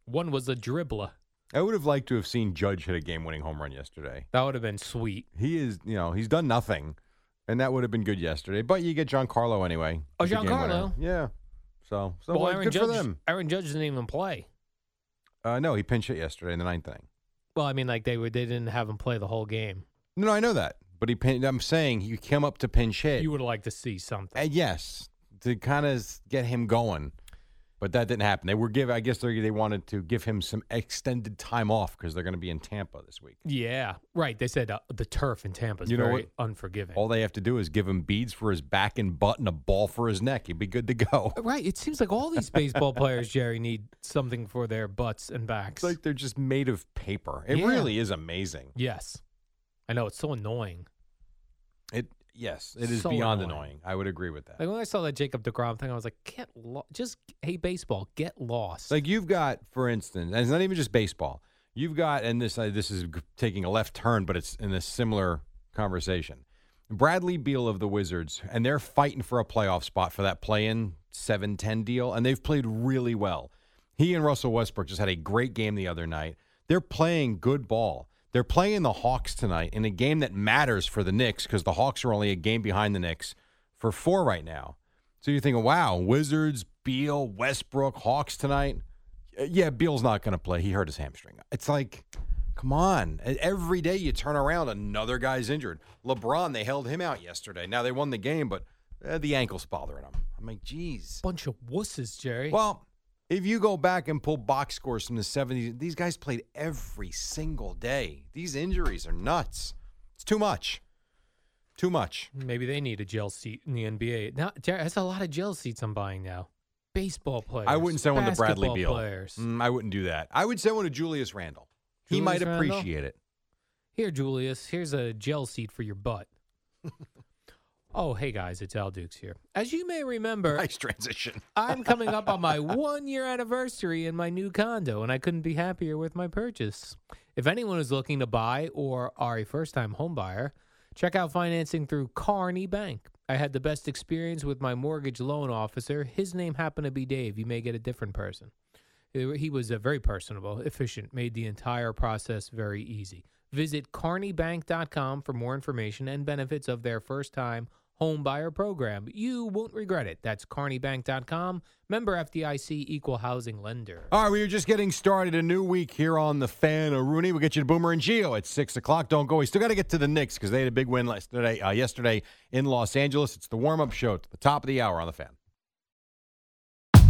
Speaker 2: One was a dribbler.
Speaker 1: I would have liked to have seen Judge hit a game-winning home run yesterday.
Speaker 2: That would have been sweet.
Speaker 1: He is, you know, he's done nothing, and that would have been good yesterday. But you get Giancarlo anyway.
Speaker 2: Oh,
Speaker 1: He's a game
Speaker 2: Giancarlo.
Speaker 1: winner. Yeah. So, so
Speaker 2: well,
Speaker 1: well,
Speaker 2: Aaron
Speaker 1: good
Speaker 2: Judge,
Speaker 1: for them.
Speaker 2: Aaron Judge didn't even play.
Speaker 1: Uh, no, he pinch hit yesterday in the ninth inning.
Speaker 2: Well, I mean, like they were they didn't have him play the whole game.
Speaker 1: No, no, I know that, but he. Pin- I'm saying he came up to pinch hit.
Speaker 2: You would have liked to see something.
Speaker 1: Uh, yes, to kind of get him going, but that didn't happen. They were give. I guess they they wanted to give him some extended time off because they're going to be in Tampa this week.
Speaker 2: Yeah, right. They said uh, the turf in Tampa is
Speaker 1: You know
Speaker 2: very
Speaker 1: what?
Speaker 2: unforgiving.
Speaker 1: All they have to do is give him beads for his back and butt and a ball for his neck. He'd be good to go.
Speaker 2: Right. It seems like all these baseball players, Jerry, need something for their butts and
Speaker 1: It's
Speaker 2: backs.
Speaker 1: like they're just made of paper. It
Speaker 2: Yeah.
Speaker 1: really is amazing.
Speaker 2: yes. I know. It's so annoying.
Speaker 1: It yes, it is
Speaker 2: So
Speaker 1: beyond
Speaker 2: annoying.
Speaker 1: annoying. I would agree with that.
Speaker 2: Like when I saw that Jacob DeGrom thing, I was like, get lo- just, hey, baseball, get lost.
Speaker 1: Like you've got, for instance, and it's not even just baseball. You've got, and this uh, this is g- taking a left turn, but it's in a similar conversation. Bradley Beal of the Wizards, and they're fighting for a playoff spot for that play-in 7-10 deal, and they've played really well. He and Russell Westbrook just had a great game the other night. They're playing good ball. They're playing the Hawks tonight in a game that matters for the Knicks because the Hawks are only a game behind the Knicks for four right now. So you're thinking, wow, Wizards, Beal, Westbrook, Hawks tonight. Uh, Yeah, Beal's not going to play. He hurt his hamstring. It's like, come on. E- Every day you turn around, another guy's injured. LeBron, they held him out yesterday. Now they won the game, but uh, the ankle's bothering him. I'm like, geez.
Speaker 2: bunch of wusses, Jerry.
Speaker 1: Well, if you go back and pull box scores from the 70s, these guys played every single day. These injuries are nuts. It's too much. Too much.
Speaker 2: Maybe they need a gel seat in the NBA. Now, Jerry, that's a lot of gel seats I'm buying now. Baseball players.
Speaker 1: I wouldn't send one to Bradley
Speaker 2: basketball
Speaker 1: Beal.
Speaker 2: Players.
Speaker 1: Mm, I wouldn't do that. I would send one to Julius Randle. he
Speaker 2: Julius
Speaker 1: might
Speaker 2: Randle?
Speaker 1: appreciate it.
Speaker 2: Here, Julius, here's a gel seat for
Speaker 1: [laughs]
Speaker 2: your butt. oh, hey, guys, it's Al Dukes here. As you may remember,
Speaker 1: Nice transition.
Speaker 2: I'm coming up on my one year anniversary in my new condo, and I couldn't be happier with my purchase. If anyone is looking to buy or are a first time homebuyer, check out financing through Carney Bank. I had the best experience with my mortgage loan officer. His name happened to be Dave. You may get a different person. He he was uh, very personable, efficient, made the entire process very easy. Visit carneybank.com for more information and benefits of their first time home buyer program. You won't regret it. That's carneybank.com, member FDIC, equal housing lender.
Speaker 1: All right, we are just getting started. A new week here on the Fan of Rooney. We'll get you to Boomer and Geo at six o'clock. Don't go. We still got to get to the Knicks because they had a big win last today, uh, yesterday in Los Angeles. It's the warm up show. It's the top of the hour on the Fan.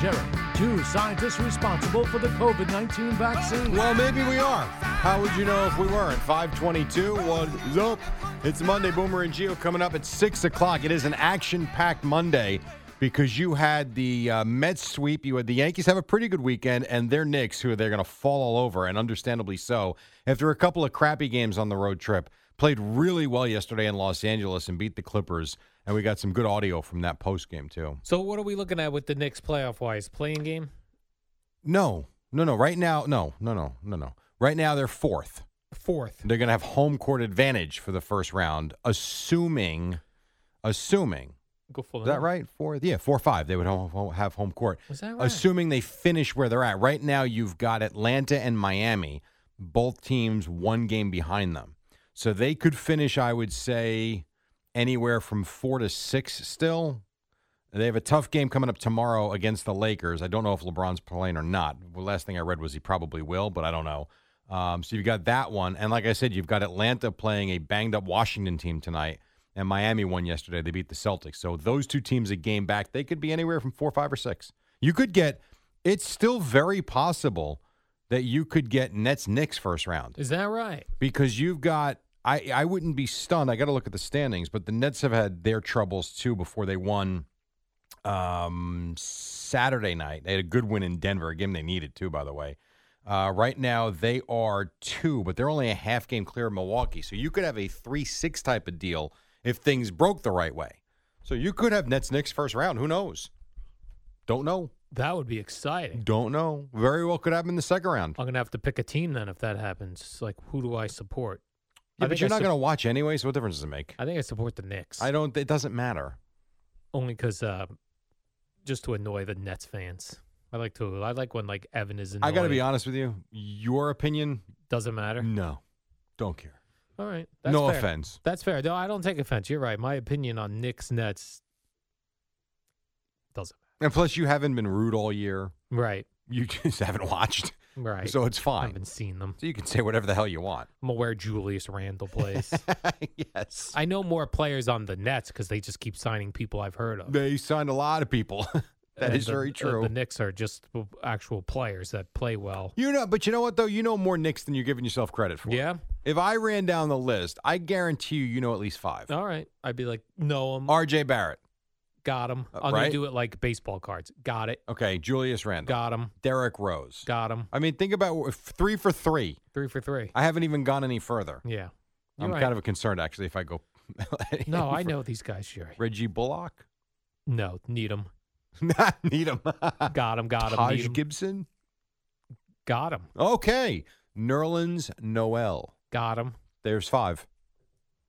Speaker 5: Jerry, two scientists responsible for the COVID 19 vaccine.
Speaker 1: Well, maybe we are. How would you know if we weren't? 522, what is up? It's Monday, Boomer and Geo coming up at 6 o'clock. It is an action packed Monday because you had the uh, Mets sweep. You had the Yankees have a pretty good weekend, and their Knicks, who they're going to fall all over, and understandably so, after a couple of crappy games on the road trip, played really well yesterday in Los Angeles and beat the Clippers. And we got some good audio from that post game, too.
Speaker 2: So what are we looking at with the Knicks playoff wise? Playing game?
Speaker 1: No, no, no. Right now, no, no, no, no, no. Right now, they're fourth.
Speaker 2: Fourth.
Speaker 1: They're going to have home court advantage for the first round, assuming, assuming.
Speaker 2: Go full
Speaker 1: Is that right? Four, yeah, four five. They would ho- ho- have home court,
Speaker 2: Was that right?
Speaker 1: assuming they finish where they're at. Right now, you've got Atlanta and Miami, both teams one game behind them, so they could finish. I would say anywhere from four to six. Still, they have a tough game coming up tomorrow against the Lakers. I don't know if LeBron's playing or not. The last thing I read was he probably will, but I don't know. Um, so you've got that one. And like I said, you've got Atlanta playing a banged up Washington team tonight, and Miami won yesterday. They beat the Celtics. So those two teams a game back, they could be anywhere from four, five, or six. You could get, it's still very possible that you could get Nets Knicks first round
Speaker 2: Is that right?
Speaker 1: because you've got I, I wouldn't be stunned. I got to look at the standings, but the Nets have had their troubles too before they won um, Saturday night. They had a good win in Denver, a game they needed too, by the way. Uh, right now they are two, but they're only a half game clear of Milwaukee. So you could have a three six type of deal if things broke the right way. So you could have Nets Knicks first round. Who knows? Don't know.
Speaker 2: That would be exciting.
Speaker 1: Don't know. Very well could happen in the second round.
Speaker 2: I'm gonna have to pick a team then if that happens. It's like who do I support?
Speaker 1: Yeah,
Speaker 2: I
Speaker 1: but
Speaker 2: think
Speaker 1: you're
Speaker 2: I
Speaker 1: not
Speaker 2: sup-
Speaker 1: going to watch anyway. So what difference does it make?
Speaker 2: I think I support the Knicks.
Speaker 1: I don't. It doesn't matter.
Speaker 2: only because uh, just to annoy the Nets fans. I like to. I like when like Evan is in.
Speaker 1: I got to be honest with you. Your opinion?
Speaker 2: Doesn't matter.
Speaker 1: No, don't care.
Speaker 2: All right. That's
Speaker 1: no
Speaker 2: fair.
Speaker 1: offense.
Speaker 2: That's fair. No, I don't take offense. You're right. My opinion on Knicks Nets doesn't.
Speaker 1: And plus, you haven't been rude all year.
Speaker 2: matter. Right.
Speaker 1: You [laughs] just haven't watched,
Speaker 2: Right.
Speaker 1: so it's
Speaker 2: I
Speaker 1: fine.
Speaker 2: haven't seen them.
Speaker 1: So you can say whatever the hell you want.
Speaker 2: I'm aware Julius
Speaker 1: [laughs]
Speaker 2: Randle plays.
Speaker 1: yes,
Speaker 2: I know more players on the Nets because they just keep signing people I've heard of.
Speaker 1: they signed a lot of people. [laughs] That is
Speaker 2: And the-
Speaker 1: very
Speaker 2: uh,
Speaker 1: true.
Speaker 2: The Knicks are just actual players that play well.
Speaker 1: you know, but you know what though? You know more Knicks than you're giving yourself credit for.
Speaker 2: Yeah.
Speaker 1: If I ran down the list, I guarantee you, you know at least five.
Speaker 2: All right. I'd be like, no, I'm
Speaker 1: R.J. Barrett.
Speaker 2: got him.
Speaker 1: Uh,
Speaker 2: I'm
Speaker 1: right?
Speaker 2: gonna do it like baseball cards. Got it.
Speaker 1: Okay, Julius Randle.
Speaker 2: Got him.
Speaker 1: Derek Rose.
Speaker 2: Got him.
Speaker 1: I mean, think about wh- three for three.
Speaker 2: Three for three.
Speaker 1: I haven't even gone any further.
Speaker 2: Yeah.
Speaker 1: I'm kind of concerned actually if I go. [laughs]
Speaker 2: [laughs] No, I know these guys, Sherry.
Speaker 1: Reggie Bullock, [laughs]
Speaker 2: No, need him.
Speaker 1: not Needham,
Speaker 2: Got him. Got him.
Speaker 1: Taj
Speaker 2: need 'em.
Speaker 1: Gibson.
Speaker 2: Got him.
Speaker 1: Okay, Nerlens Noel.
Speaker 2: Got him.
Speaker 1: There's five.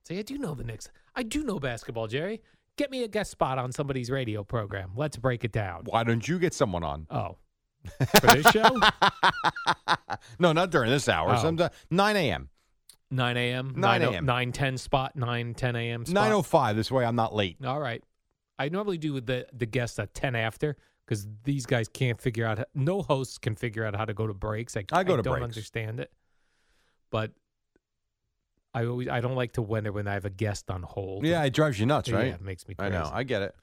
Speaker 2: See, I do know the Knicks. I do know basketball, Jerry. Get me a guest spot on somebody's radio program. Let's break it down.
Speaker 1: Why don't you get someone on? [laughs]
Speaker 2: Oh, for this show,
Speaker 1: no, not during this hour.
Speaker 2: Oh.
Speaker 1: Sometime, 9 a.m.
Speaker 2: 9 a.m.,
Speaker 1: 9
Speaker 2: 9
Speaker 1: a.m..
Speaker 2: 9 10 oh, spot, 9 10 a.m. spot.
Speaker 1: 9.05. This way I'm not late.
Speaker 2: All right. I normally do the the guests at 10 after because these guys can't figure out. No hosts can figure out how to go to breaks. I,
Speaker 1: I go to
Speaker 2: don't
Speaker 1: breaks.
Speaker 2: understand it. But I always I don't like to win it when I have a guest on hold.
Speaker 1: Yeah, it drives you nuts,
Speaker 2: Yeah,
Speaker 1: right?
Speaker 2: it makes me
Speaker 1: I know.
Speaker 2: crazy.
Speaker 1: I get it.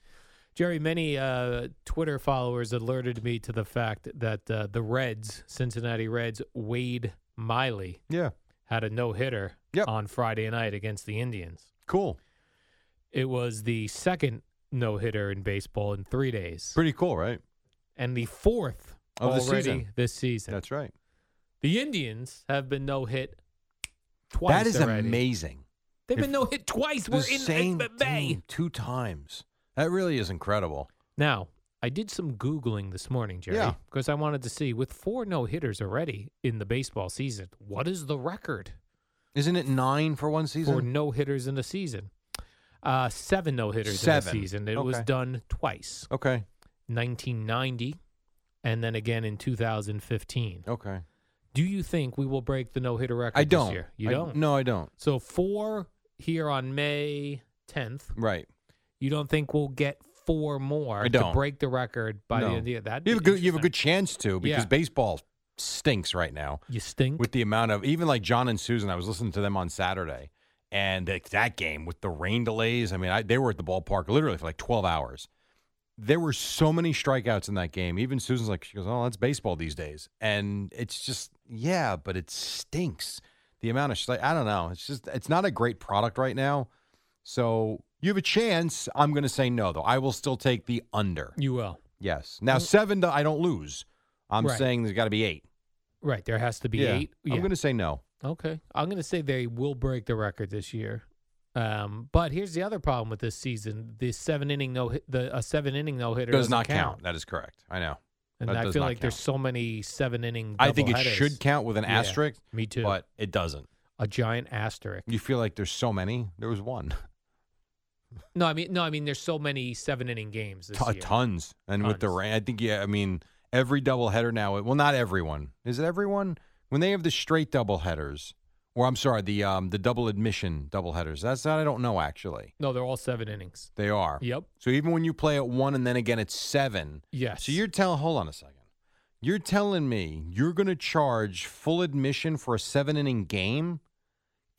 Speaker 2: Jerry, many uh, Twitter followers alerted me to the fact that uh, the Reds, Cincinnati Reds, Wade Miley
Speaker 1: Yeah.
Speaker 2: had a no hitter
Speaker 1: Yep.
Speaker 2: on Friday night against the Indians.
Speaker 1: Cool.
Speaker 2: It was the second no hitter in baseball in three days,
Speaker 1: Pretty cool, right?
Speaker 2: and the fourth
Speaker 1: Of the
Speaker 2: already
Speaker 1: season.
Speaker 2: this season.
Speaker 1: That's right.
Speaker 2: The Indians have been no hit twice.
Speaker 1: that is
Speaker 2: already.
Speaker 1: amazing.
Speaker 2: They've
Speaker 1: If
Speaker 2: been no hit twice. We're
Speaker 1: the
Speaker 2: in,
Speaker 1: same
Speaker 2: in May.
Speaker 1: team two times. That really is incredible.
Speaker 2: Now, I did some Googling this morning, Jerry,
Speaker 1: Yeah.
Speaker 2: because I wanted to see with four no hitters already in the baseball season, what is the record
Speaker 1: Isn't it nine for one season?
Speaker 2: for no hitters in a season? Uh, seven no hitters in a
Speaker 1: Seven.
Speaker 2: season. It was
Speaker 1: Okay.
Speaker 2: done twice
Speaker 1: Okay.
Speaker 2: 1990 and then again in 2015.
Speaker 1: Okay.
Speaker 2: Do you think we will break the no hitter record
Speaker 1: I don't.
Speaker 2: this year? You
Speaker 1: I-
Speaker 2: don't?
Speaker 1: No, I don't.
Speaker 2: So, four here on May 10th.
Speaker 1: Right.
Speaker 2: You don't think we'll get four more
Speaker 1: I
Speaker 2: to
Speaker 1: don't.
Speaker 2: break the record by
Speaker 1: no.
Speaker 2: the end of the year? That'd
Speaker 1: you
Speaker 2: be
Speaker 1: have a good. You have a good
Speaker 2: interesting.
Speaker 1: chance to because
Speaker 2: Yeah.
Speaker 1: baseball stinks right now
Speaker 2: You stink.
Speaker 1: with the amount of even like John and Susan. I was listening to them on Saturday, and that- that game with the rain delays. I mean, I, they were at the ballpark literally for like twelve hours. there were so many strikeouts in that game. Even Susan's like, she goes, "Oh, that's baseball these days," and it's just, yeah, but it stinks. The amount of, stri- I don't know, it's just, it's not a great product right now. So you have a chance. I'm going to say no, though. I will still take the under.
Speaker 2: You will.
Speaker 1: Yes. Now seven, to, I don't lose. I'm
Speaker 2: Mm. Right.
Speaker 1: saying there's got to be eight.
Speaker 2: Right. There has to be
Speaker 1: Yeah.
Speaker 2: eight.
Speaker 1: I'm going to say no.
Speaker 2: Okay. I'm going to say they will break the record this year. Um, but here's the other problem with this season: the seven inning no hit, the a seven inning no hitter
Speaker 1: Does not count. That is correct. I know.
Speaker 2: And
Speaker 1: That
Speaker 2: I
Speaker 1: does
Speaker 2: feel
Speaker 1: not
Speaker 2: like
Speaker 1: count.
Speaker 2: there's so many seven inning.
Speaker 1: I think it
Speaker 2: doubleheaders.
Speaker 1: should count with an
Speaker 2: Yeah,
Speaker 1: asterisk.
Speaker 2: Me too.
Speaker 1: But it doesn't.
Speaker 2: A giant asterisk.
Speaker 1: You feel like there's so many. There was one.
Speaker 2: No, I mean no, I mean there's so many seven inning
Speaker 1: [laughs]
Speaker 2: games this
Speaker 1: T-
Speaker 2: year.
Speaker 1: tons. And with the rain, I think yeah. I mean, every doubleheader now. Well, not everyone. Is it everyone? When they have the straight doubleheaders, or I'm sorry, the um the double admission doubleheaders. That's that I don't know actually.
Speaker 2: No, they're all seven innings.
Speaker 1: They are.
Speaker 2: Yep.
Speaker 1: So even when you play at one and then again at seven.
Speaker 2: Yes.
Speaker 1: So you're telling. Hold on a second. You're telling me you're going to charge full admission for a seven inning game,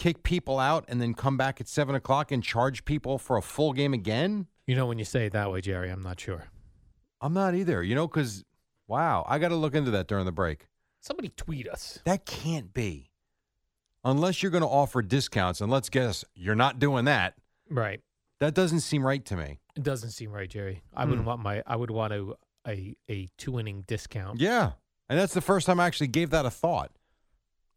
Speaker 1: kick people out, and then come back at seven o'clock and charge people for a full game again?
Speaker 2: You know, when you say it that way, Jerry, I'm not sure.
Speaker 1: I'm not either. You know, because wow, I got to look into that during the break.
Speaker 2: Somebody tweet us.
Speaker 1: That can't be. Unless you're going to offer discounts, and let's guess you're not doing that.
Speaker 2: Right.
Speaker 1: That doesn't seem right to me.
Speaker 2: It doesn't seem right, Jerry. I wouldn't
Speaker 1: Hmm.
Speaker 2: want my I would want a a, a two inning discount.
Speaker 1: Yeah. And that's the first time I actually gave that a thought.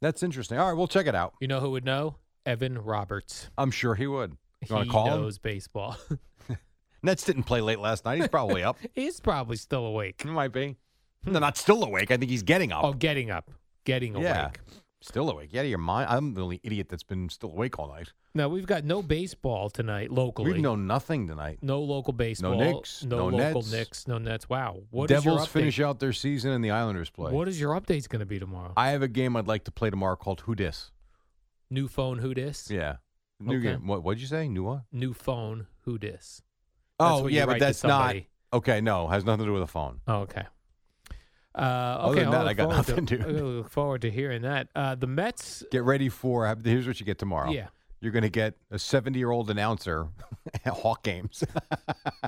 Speaker 1: That's interesting. All right, we'll check it out.
Speaker 2: You know who would know? Evan Roberts.
Speaker 1: I'm sure he would. You want
Speaker 2: he
Speaker 1: to call him?
Speaker 2: knows baseball. [laughs]
Speaker 1: Nets didn't play late last night. He's probably up.
Speaker 2: he's probably still awake.
Speaker 1: [laughs] He might be. No, not still awake. I think he's getting up.
Speaker 2: Oh, getting up. Getting
Speaker 1: yeah.
Speaker 2: awake.
Speaker 1: Still awake. Yeah, your mind. I'm the only idiot that's been still awake all night.
Speaker 2: Now we've got no baseball tonight locally.
Speaker 1: We've known nothing tonight.
Speaker 2: no local baseball.
Speaker 1: Knicks,
Speaker 2: No,
Speaker 1: no
Speaker 2: local
Speaker 1: Nets.
Speaker 2: Knicks. No Nets. Wow. What is your
Speaker 1: Devils
Speaker 2: update?
Speaker 1: finish out their season and the Islanders play.
Speaker 2: What is your update's going to be tomorrow?
Speaker 1: I have a game I'd like to play tomorrow called Who Dis.
Speaker 2: New phone. Who dis?
Speaker 1: Yeah. New
Speaker 2: Okay.
Speaker 1: game. What what'd you say? New what?
Speaker 2: New phone. Who dis? That's
Speaker 1: Oh,
Speaker 2: what you
Speaker 1: yeah, but
Speaker 2: write to
Speaker 1: that's not
Speaker 2: somebody.
Speaker 1: Okay, no, has nothing to do with a phone.
Speaker 2: Oh, okay. Uh,
Speaker 1: Other
Speaker 2: okay,
Speaker 1: than
Speaker 2: I'll
Speaker 1: that,
Speaker 2: look
Speaker 1: I got
Speaker 2: forward
Speaker 1: nothing,
Speaker 2: to,
Speaker 1: dude.
Speaker 2: I look forward to hearing that. Uh, the Mets.
Speaker 1: Get ready for here's what you get tomorrow.
Speaker 2: Yeah.
Speaker 1: You're gonna get a seventy year old announcer [laughs] at Hawk games. [laughs]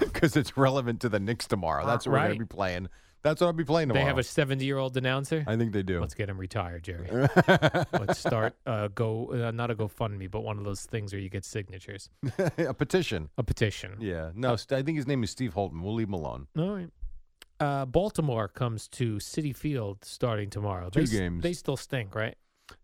Speaker 1: Because it's relevant to the Knicks tomorrow. That's what we're
Speaker 2: Right.
Speaker 1: gonna be playing. That's what I'll be playing tomorrow.
Speaker 2: They have a 70 year old announcer.
Speaker 1: I think they do.
Speaker 2: Let's get him retired, Jerry. Let's start uh, go uh, not a GoFundMe, but one of those things where you get signatures,
Speaker 1: [laughs] a petition.
Speaker 2: a petition.
Speaker 1: Yeah.
Speaker 2: Uh,
Speaker 1: No, st I think his name is Steve Holton. We'll leave him alone.
Speaker 2: All right. Uh, Baltimore comes to City Field starting tomorrow.
Speaker 1: Two
Speaker 2: they, s-
Speaker 1: games.
Speaker 2: They still stink, right?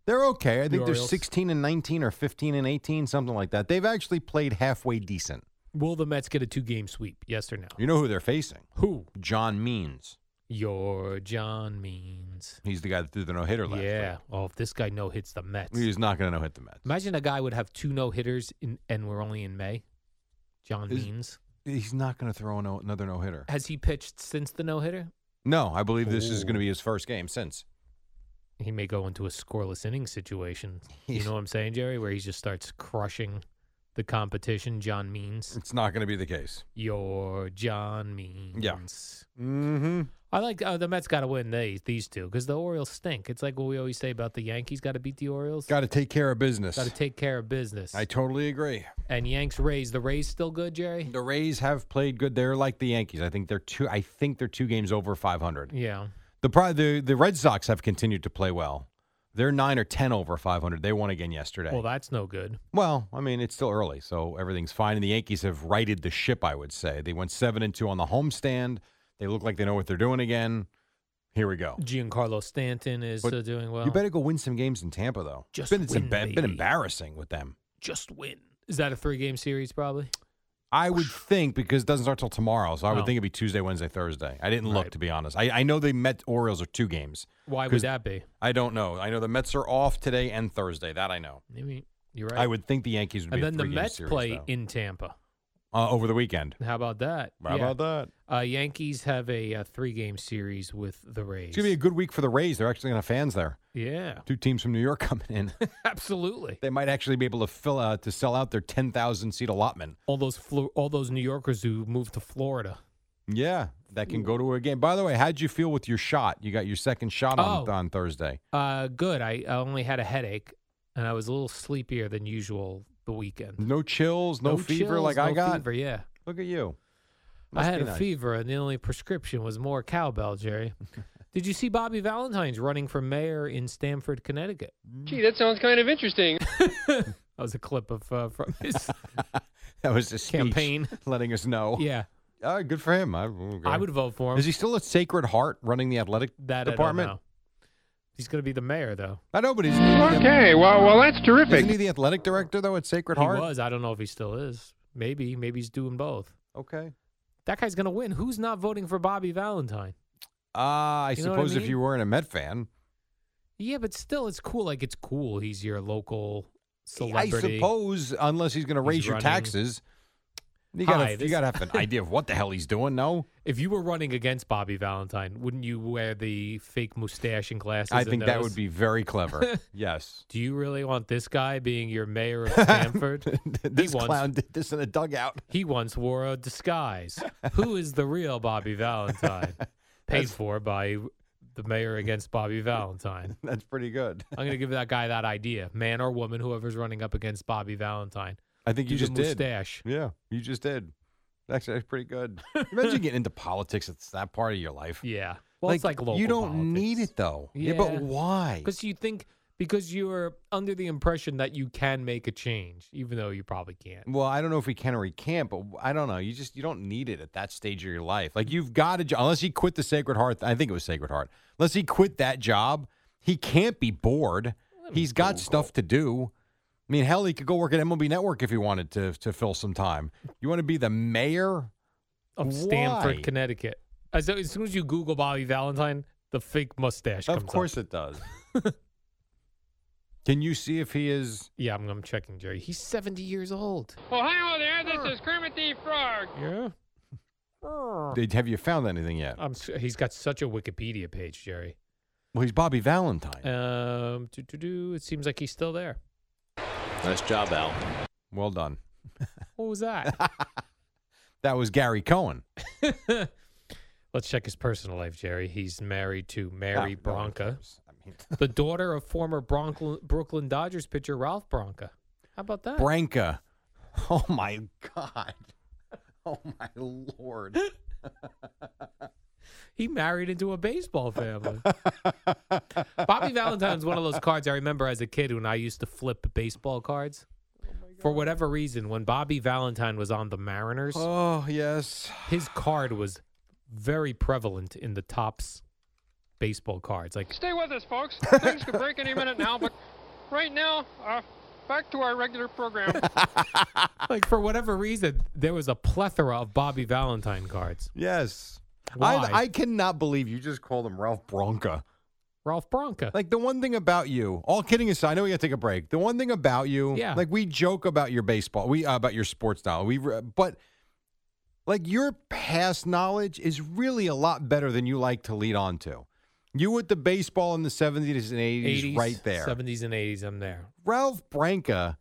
Speaker 1: They're okay. I
Speaker 2: The
Speaker 1: think they're
Speaker 2: Orioles.
Speaker 1: 16 and 19 or 15 and 18, something like that. They've actually played halfway decent.
Speaker 2: Will the Mets get a two game sweep? Yes or no?
Speaker 1: You know who they're facing?
Speaker 2: Who?
Speaker 1: John Means.
Speaker 2: Your John Means.
Speaker 1: He's the guy that threw the no hitter last
Speaker 2: Yeah.
Speaker 1: week.
Speaker 2: Oh, if this guy no hits the Mets.
Speaker 1: He's not going to no hit the Mets.
Speaker 2: Imagine a guy would have two no hitters in, and we're only in May. John
Speaker 1: Is-
Speaker 2: Means.
Speaker 1: He's not going to throw no, another no hitter.
Speaker 2: Has he pitched since the no hitter?
Speaker 1: No, I believe this is
Speaker 2: Ooh.
Speaker 1: going to be his first game since.
Speaker 2: He may go into a scoreless inning situation. You know what I'm saying, Jerry? Where he just starts crushing the competition. John Means.
Speaker 1: It's not going to be the case.
Speaker 2: Your John Means.
Speaker 1: Yeah. Mm-hmm.
Speaker 2: I like uh, the Mets got to win these these two because the Orioles stink. It's like what we always say about the Yankees: got to beat the Orioles,
Speaker 1: Got to take care of business.
Speaker 2: got to take care of business.
Speaker 1: I totally agree.
Speaker 2: and Yanks Rays, the Rays still good, Jerry?
Speaker 1: The Rays have played good. They're like the Yankees. I think they're two. I think they're two games over 500.
Speaker 2: Yeah,
Speaker 1: The, pri- the the Red Sox have continued to play well. They're nine or ten over five hundred. They won again yesterday.
Speaker 2: well that's no good.
Speaker 1: Well, I mean it's still early, so everything's fine. And the Yankees have righted the ship. I would say they went seven and two on the homestand. They look like they know what they're doing again. Here we go.
Speaker 2: Giancarlo Stanton is
Speaker 1: But
Speaker 2: still doing well.
Speaker 1: you better go win some games in Tampa, though. it's
Speaker 2: Just
Speaker 1: been, it's
Speaker 2: win,
Speaker 1: emba-
Speaker 2: baby.
Speaker 1: been embarrassing with them.
Speaker 2: just win. Is that a three game series? Probably.
Speaker 1: I
Speaker 2: [sighs]
Speaker 1: would think because it doesn't start till tomorrow, so I would
Speaker 2: Oh.
Speaker 1: think it'd be Tuesday, Wednesday, Thursday. I didn't
Speaker 2: Right.
Speaker 1: look to be honest. I, I know the Met Orioles are two games.
Speaker 2: Why would
Speaker 1: 'Cause-
Speaker 2: that be?
Speaker 1: I don't know. I know the Mets are off today and Thursday. That I know.
Speaker 2: I mean, you're right.
Speaker 1: I would think the Yankees would
Speaker 2: And
Speaker 1: be.
Speaker 2: then
Speaker 1: a
Speaker 2: the
Speaker 1: three-game
Speaker 2: Mets
Speaker 1: series,
Speaker 2: play
Speaker 1: though.
Speaker 2: in Tampa.
Speaker 1: uh, over the weekend.
Speaker 2: How about that?
Speaker 1: How
Speaker 2: Yeah.
Speaker 1: about that?
Speaker 2: Uh, Yankees have a, uh three game series with the Rays.
Speaker 1: It's gonna be a good week for the Rays. They're actually gonna have fans there. [laughs]
Speaker 2: yeah,
Speaker 1: Two teams from New York coming
Speaker 2: [laughs]
Speaker 1: in.
Speaker 2: absolutely.
Speaker 1: they might actually be able to fill out to sell out their ten thousand seat allotment.
Speaker 2: All those Flo- all those New Yorkers who moved to Florida.
Speaker 1: Yeah, that can go to a game. By the way, how'd you feel with your shot? You got your second shot on,
Speaker 2: Oh.
Speaker 1: on Thursday.
Speaker 2: Uh, good. I, I only had a headache, and I was a little sleepier than usual the weekend.
Speaker 1: No chills, no, fever
Speaker 2: chills,
Speaker 1: like
Speaker 2: no
Speaker 1: I got.
Speaker 2: Fever, yeah.
Speaker 1: Look at you. [laughs]
Speaker 2: I had
Speaker 1: be
Speaker 2: a
Speaker 1: nice.
Speaker 2: fever, and the only prescription was more
Speaker 1: [laughs]
Speaker 2: cowbell, Jerry. Did you see Bobby Valentine's running for mayor in Stamford, Connecticut?
Speaker 1: Mm.
Speaker 6: Gee, that sounds kind of interesting.
Speaker 2: [laughs] That was a clip of
Speaker 1: [laughs]
Speaker 2: uh, from his
Speaker 1: That was his speech
Speaker 2: Campaign.
Speaker 1: [laughs] letting us know.
Speaker 2: yeah.
Speaker 1: Uh, good for him. I, okay.
Speaker 2: I would vote for him.
Speaker 1: Is he still at Sacred Heart running the athletic
Speaker 2: that
Speaker 1: department?
Speaker 2: I don't know. He's going to be the mayor, though.
Speaker 1: I know, but he's
Speaker 2: Okay, well- well, that's terrific.
Speaker 1: Isn't he the athletic director though at Sacred
Speaker 2: he
Speaker 1: Heart?
Speaker 2: was. I don't know if he still is. Maybe. Maybe he's doing both.
Speaker 1: Okay.
Speaker 2: That guy's going to win. Who's not voting for Bobby Valentine?
Speaker 1: Ah, I
Speaker 2: You know what I
Speaker 1: suppose if
Speaker 2: mean?
Speaker 1: you weren't a Met fan,
Speaker 2: Yeah, but still, it's cool. Like it's cool. He's your local celebrity.
Speaker 1: I suppose unless he's going to
Speaker 2: He's
Speaker 1: raise your
Speaker 2: running.
Speaker 1: taxes, you got
Speaker 2: Hi,
Speaker 1: to
Speaker 2: this-
Speaker 1: you
Speaker 2: [laughs]
Speaker 1: got to have an idea of what the hell he's doing. No,
Speaker 2: If you were running against Bobby Valentine, wouldn't you wear the fake mustache and glasses?
Speaker 1: I
Speaker 2: and
Speaker 1: think that
Speaker 2: those?
Speaker 1: would be very
Speaker 2: [laughs]
Speaker 1: clever. yes,
Speaker 2: Do you really want this guy being
Speaker 1: [laughs]
Speaker 2: your mayor of Stanford?
Speaker 1: this clown did this in a dugout. [laughs]
Speaker 2: He once wore a disguise. Who is the real
Speaker 1: [laughs]
Speaker 2: Bobby Valentine? Paid for by the mayor against Bobby Valentine.
Speaker 1: That's pretty good.
Speaker 2: I'm going to give that guy that idea, man or woman, whoever's running up against Bobby Valentine.
Speaker 1: I think you
Speaker 2: Do the
Speaker 1: just did.
Speaker 2: mustache.
Speaker 1: Yeah, you just did. That's, that's pretty
Speaker 2: [laughs]
Speaker 1: good. Imagine getting into politics. It's that part of your life.
Speaker 2: Yeah. Well, it's like local
Speaker 1: you don't need it though. but why?
Speaker 2: Because you think because you're under the impression that you can make a change, even though you probably can't.
Speaker 1: Well, I don't know if he can or he can't, but I don't know. You just you don't need it at that stage of your life. Like you've got to unless he quit the Sacred Heart. I think it was Sacred Heart. Unless he quit that job, he can't be bored. He's got stuff to do. I mean, hell, he could go work at MLB Network if he wanted to to fill some time. You want to be the mayor
Speaker 2: Of
Speaker 1: Why?
Speaker 2: Stamford, Connecticut. As, as soon as you Google Bobby Valentine, the fake mustache comes
Speaker 1: Of course it does. Can you see if he is?
Speaker 2: [laughs] Yeah, I'm, I'm checking, Jerry. He's 70 years old.
Speaker 6: Well, hello there. This is Kermit the Frog.
Speaker 2: Yeah.
Speaker 1: Did- Have you found anything yet?
Speaker 2: I'm, s- he's got such a Wikipedia page, Jerry.
Speaker 1: Well, he's Bobby Valentine.
Speaker 2: Um, do, do, do. It seems like he's still there.
Speaker 4: Nice job, Al.
Speaker 1: Well done.
Speaker 2: What was that?
Speaker 1: That was Gary Cohen.
Speaker 2: Let's check his personal life, Jerry. He's married to Mary
Speaker 1: Ah, no one
Speaker 2: Bronca,
Speaker 1: [laughs]
Speaker 2: the daughter of former Bronco, Brooklyn Dodgers pitcher Ralph Bronca. How about that?
Speaker 1: Branca. [laughs] Oh my God. [laughs] Oh my lord.
Speaker 2: he married into a baseball family. [laughs] Bobby Valentine's one of those cards I remember as a kid when I used to flip baseball cards. For whatever reason, when Bobby Valentine was on
Speaker 1: [sighs]
Speaker 2: the Mariners,
Speaker 1: Oh yes.
Speaker 2: his card was very prevalent in the tops baseball cards. Like
Speaker 6: Stay with us,
Speaker 7: [laughs]
Speaker 6: folks. Things could break any minute now, but right now, uh, back to our regular program.
Speaker 2: like for whatever reason, there was a plethora of Bobby Valentine cards.
Speaker 1: Yes.
Speaker 2: Why?
Speaker 1: I, I cannot believe you just called him Ralph Bronca.
Speaker 2: Ralph Bronca.
Speaker 1: Like the one thing about you, all kidding aside, I know we got to take a break. The one thing about you,
Speaker 2: Yeah.
Speaker 1: like we joke about your baseball, we uh, about your sports style, we re- but like your past knowledge is really a lot better than you like to lead on to. You with the baseball in the seventies and eighties,
Speaker 2: 80s,
Speaker 1: right there.
Speaker 2: 70s and 80s, I'm there.
Speaker 1: Ralph Branca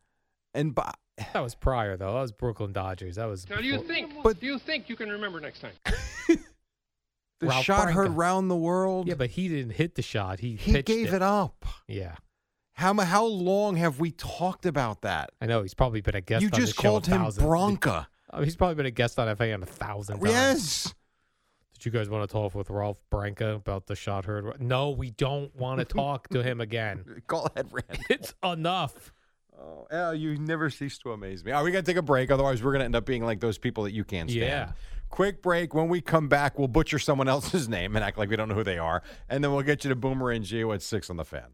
Speaker 1: and Bo-
Speaker 2: That was prior though. That was Brooklyn Dodgers. That was
Speaker 6: So do you
Speaker 2: before-
Speaker 6: think? do you think you can remember next
Speaker 2: [laughs]
Speaker 6: time?
Speaker 1: [laughs] the
Speaker 2: Ralph
Speaker 1: shot heard
Speaker 2: Branca.
Speaker 1: round the world.
Speaker 2: Yeah, but he didn't hit the shot. He
Speaker 1: he
Speaker 2: pitched
Speaker 1: gave it. up.
Speaker 2: Yeah,
Speaker 1: How mu- how long have we talked about that?
Speaker 2: I know. He's probably been a guest.
Speaker 1: you
Speaker 2: on the
Speaker 1: just
Speaker 2: show a
Speaker 1: called him
Speaker 2: thousand-
Speaker 1: Bronca.
Speaker 2: I mean, he's probably been a guest on FA on a thousand times.
Speaker 1: Yes.
Speaker 2: Did you guys want to talk with Ralph Branca about the shot heard? No, we don't want
Speaker 1: [laughs]
Speaker 2: to talk to him again.
Speaker 1: Call that Rand.
Speaker 2: It's enough.
Speaker 1: Oh, Al, you never cease to amaze me. All right, we got to take a break. Otherwise, we're going to end up being like those people that you can't stand.
Speaker 2: Yeah.
Speaker 1: Quick break. When we come back, we'll butcher someone else's name and act like we don't know who they are. And then we'll get you to Boomer and Gio at 6 on the fan.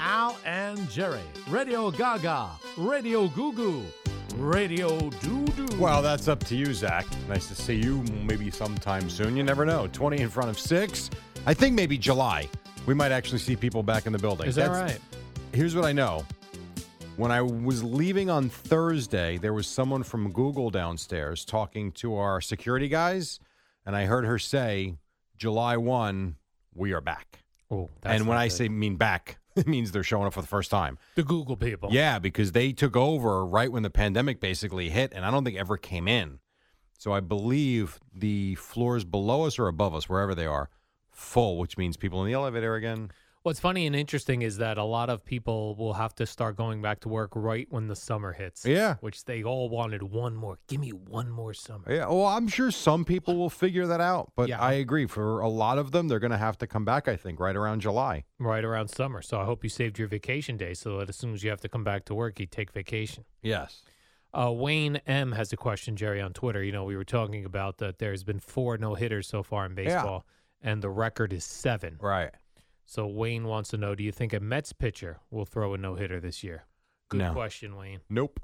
Speaker 5: Al and Jerry, Radio Gaga, Radio Goo Goo, Radio Doo Doo.
Speaker 1: Well, that's up to you, Zach. Nice to see you maybe sometime soon. You never know. 20 in front of 6. I think maybe July. We might actually see people back in the building.
Speaker 2: Is that
Speaker 1: That's-
Speaker 2: right?
Speaker 1: Here's what I know When I was leaving on Thursday, there was someone from Google downstairs talking to our security guys, and I heard her say, July 1, we are back.
Speaker 2: Oh,
Speaker 1: and when I say mean back, [laughs] it means they're showing up for the first time.
Speaker 2: The Google people.
Speaker 1: Yeah, because they took over right when the pandemic basically hit, and I don't think ever came in. So I believe the floors below us or above us, wherever they are, full, which means people in the elevator again.
Speaker 2: What's funny and interesting is that a lot of people will have to start going back to work right when the summer hits.
Speaker 1: Yeah.
Speaker 2: Which they all wanted one more. Give me one more summer.
Speaker 1: Yeah, well, I'm sure some people will figure that out, but
Speaker 2: Yeah.
Speaker 1: I agree. For a lot of them, they're going to have to come back. I think right around July.
Speaker 2: Right around summer. So I hope you saved your vacation day so that as soon as you have to come back to work, you take vacation.
Speaker 1: Yes.
Speaker 2: Uh, Wayne M has a question, Jerry, on Twitter. You know, we were talking about that there's been four no hitters so far in baseball, and the record is seven.
Speaker 1: Right.
Speaker 2: So Wayne wants to know do you think a Mets pitcher will throw a no hitter this year? Good
Speaker 1: No.
Speaker 2: question, Wayne.
Speaker 1: Nope.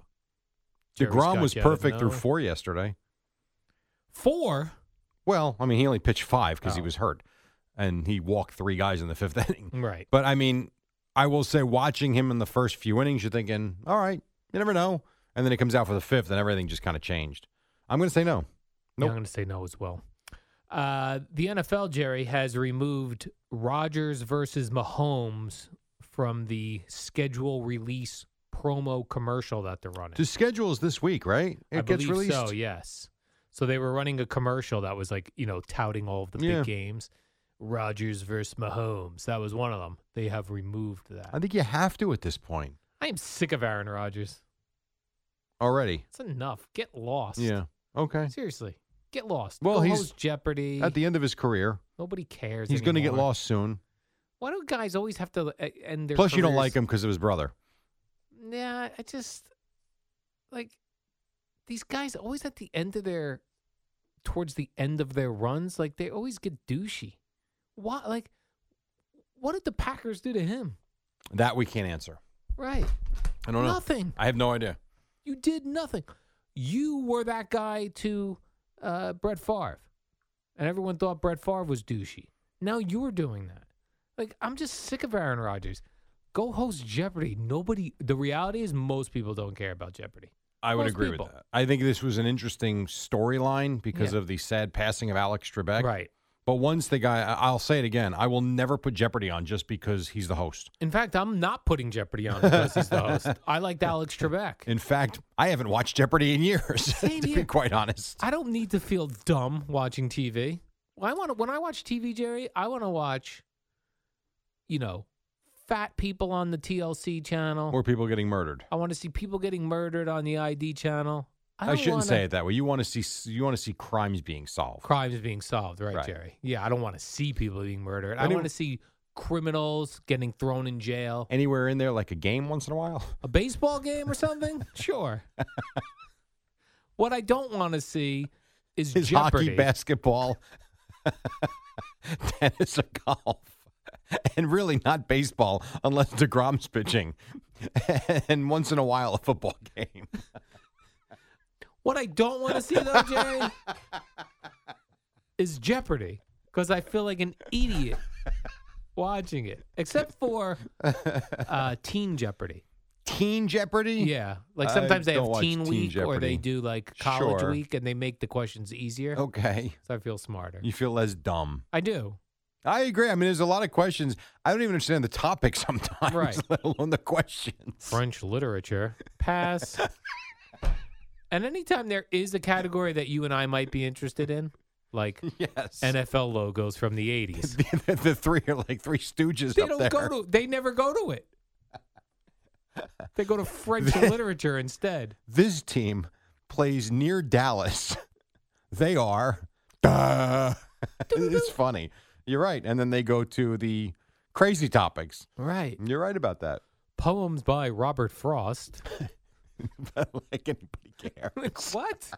Speaker 2: Jerry's
Speaker 1: Degrom
Speaker 2: got
Speaker 1: was
Speaker 2: you out of
Speaker 1: perfect through
Speaker 2: nowhere.
Speaker 1: four yesterday.
Speaker 2: Four?
Speaker 1: Well, I mean, he only pitched five because he
Speaker 2: Oh.
Speaker 1: was hurt, and he walked three guys in the fifth [laughs] inning.
Speaker 2: Right.
Speaker 1: But I mean, I will say, watching him in the first few innings, you're thinking, all right, you never know. And then it comes out for the fifth, and everything just kind of changed. I'm going to say no.
Speaker 2: Yeah, I'm going to say no as well. Uh, the NFL, Jerry, has removed Rodgers versus Mahomes from the schedule release promo commercial that they're running.
Speaker 1: The schedule is this week, right? It
Speaker 2: I
Speaker 1: gets
Speaker 2: believe
Speaker 1: released.
Speaker 2: so, yes. So they were running a commercial that was like, you know, touting all of the
Speaker 1: Yeah.
Speaker 2: big games. Rodgers versus Mahomes. That was one of them. They have removed that.
Speaker 1: I think you have to at this point
Speaker 2: I am sick of Aaron Rodgers.
Speaker 1: already.
Speaker 2: It's enough. Get lost.
Speaker 1: Yeah. Okay.
Speaker 2: Seriously. Get lost.
Speaker 1: Well,
Speaker 2: Go
Speaker 1: he's-
Speaker 2: host Jeopardy.
Speaker 1: At the end of his career,
Speaker 2: Nobody cares.
Speaker 1: he's going to get
Speaker 2: anymore.
Speaker 1: lost soon.
Speaker 2: Why do guys always have to uh, end their
Speaker 1: Plus, you don't like
Speaker 2: careers-
Speaker 1: him because of his brother.
Speaker 2: Yeah, I just like these guys always at the end of their towards the end of their runs, like they always get douchey. Why like what did the Packers do to him?
Speaker 1: That we can't answer.
Speaker 2: Right.
Speaker 1: I don't know.
Speaker 2: Nothing.
Speaker 1: I have no idea.
Speaker 2: You did nothing. You were that guy to uh, Brett Favre. And everyone thought Brett Favre was douchey. Now you're doing that. Like, I'm just sick of Aaron Rodgers. Go host Jeopardy. Nobody, the reality is, most people don't care about Jeopardy.
Speaker 1: I would
Speaker 2: Most
Speaker 1: agree
Speaker 2: people.
Speaker 1: with that. I think this was an interesting storyline because
Speaker 2: Yeah.
Speaker 1: of the sad passing of Alex Trebek.
Speaker 2: Right.
Speaker 1: But once the guy, I- I'll say it again, I will never put Jeopardy on just because he's the host.
Speaker 2: In fact, I'm not putting Jeopardy on because he's
Speaker 1: [laughs]
Speaker 2: the host. I liked Alex Trebek.
Speaker 1: In fact, I haven't watched Jeopardy in years, [laughs] to be
Speaker 2: here.
Speaker 1: quite honest.
Speaker 2: I don't need to feel dumb watching TV. Well, I want to, when I watch TV, Jerry, I want to watch, you know, fat people on the TLC channel.
Speaker 1: Or people getting murdered.
Speaker 2: I want to see people getting murdered on the ID channel. I,
Speaker 1: I,
Speaker 2: don't
Speaker 1: shouldn't
Speaker 2: wanna-
Speaker 1: say it that way. You want to see you want to see crimes being solved.
Speaker 2: crimes being solved, right,
Speaker 1: Right.
Speaker 2: Jerry? Yeah, I don't want to see people being murdered. I
Speaker 1: Any-
Speaker 2: want to see criminals getting thrown in jail.
Speaker 1: Anywhere in there, like a game once in a while.
Speaker 2: A baseball game
Speaker 1: [laughs]
Speaker 2: or something? sure. what I don't want to see is
Speaker 1: Is
Speaker 2: Jeopardy.
Speaker 1: hockey, basketball, [laughs] tennis, or golf, and really not baseball unless Degrom's pitching, [laughs] and once in a while a football game.
Speaker 2: What I don't want to see though,
Speaker 1: [laughs]
Speaker 2: Jerry, is Jeopardy because I feel like an idiot watching it, except for uh, Teen Jeopardy.
Speaker 1: Teen Jeopardy.
Speaker 2: Yeah, like
Speaker 1: I
Speaker 2: sometimes they
Speaker 1: don't
Speaker 2: have
Speaker 1: watch
Speaker 2: Teen
Speaker 1: Teen
Speaker 2: Week or
Speaker 1: Jeopardy.
Speaker 2: they do like College
Speaker 1: Sure.
Speaker 2: Week and they make the questions easier.
Speaker 1: Okay,
Speaker 2: so I feel smarter.
Speaker 1: you feel less dumb.
Speaker 2: I do.
Speaker 1: I agree. I mean, there's a lot of questions. I don't even understand the topic [laughs] sometimes,
Speaker 2: Right.
Speaker 1: let alone the questions.
Speaker 2: French literature.
Speaker 1: [laughs]
Speaker 2: Pass. and anytime there is a category that you and I might be interested in,
Speaker 1: [laughs]
Speaker 2: like
Speaker 1: Yes.
Speaker 2: NFL logos from the
Speaker 1: [laughs]
Speaker 2: 80s.
Speaker 1: the, the three are like three stooges
Speaker 2: They
Speaker 1: up
Speaker 2: don't
Speaker 1: there.
Speaker 2: go to they never go to it.
Speaker 1: [laughs]
Speaker 2: They go to French literature instead.
Speaker 1: this team plays near Dallas. [laughs] They are. Duh. [laughs] it's funny. You're right. And then they go to the crazy topics.
Speaker 2: Right.
Speaker 1: You're right about that. [laughs]
Speaker 2: Poems by Robert Frost.
Speaker 1: But like anybody cares.
Speaker 2: [laughs]
Speaker 1: [laughs]
Speaker 2: Like, what?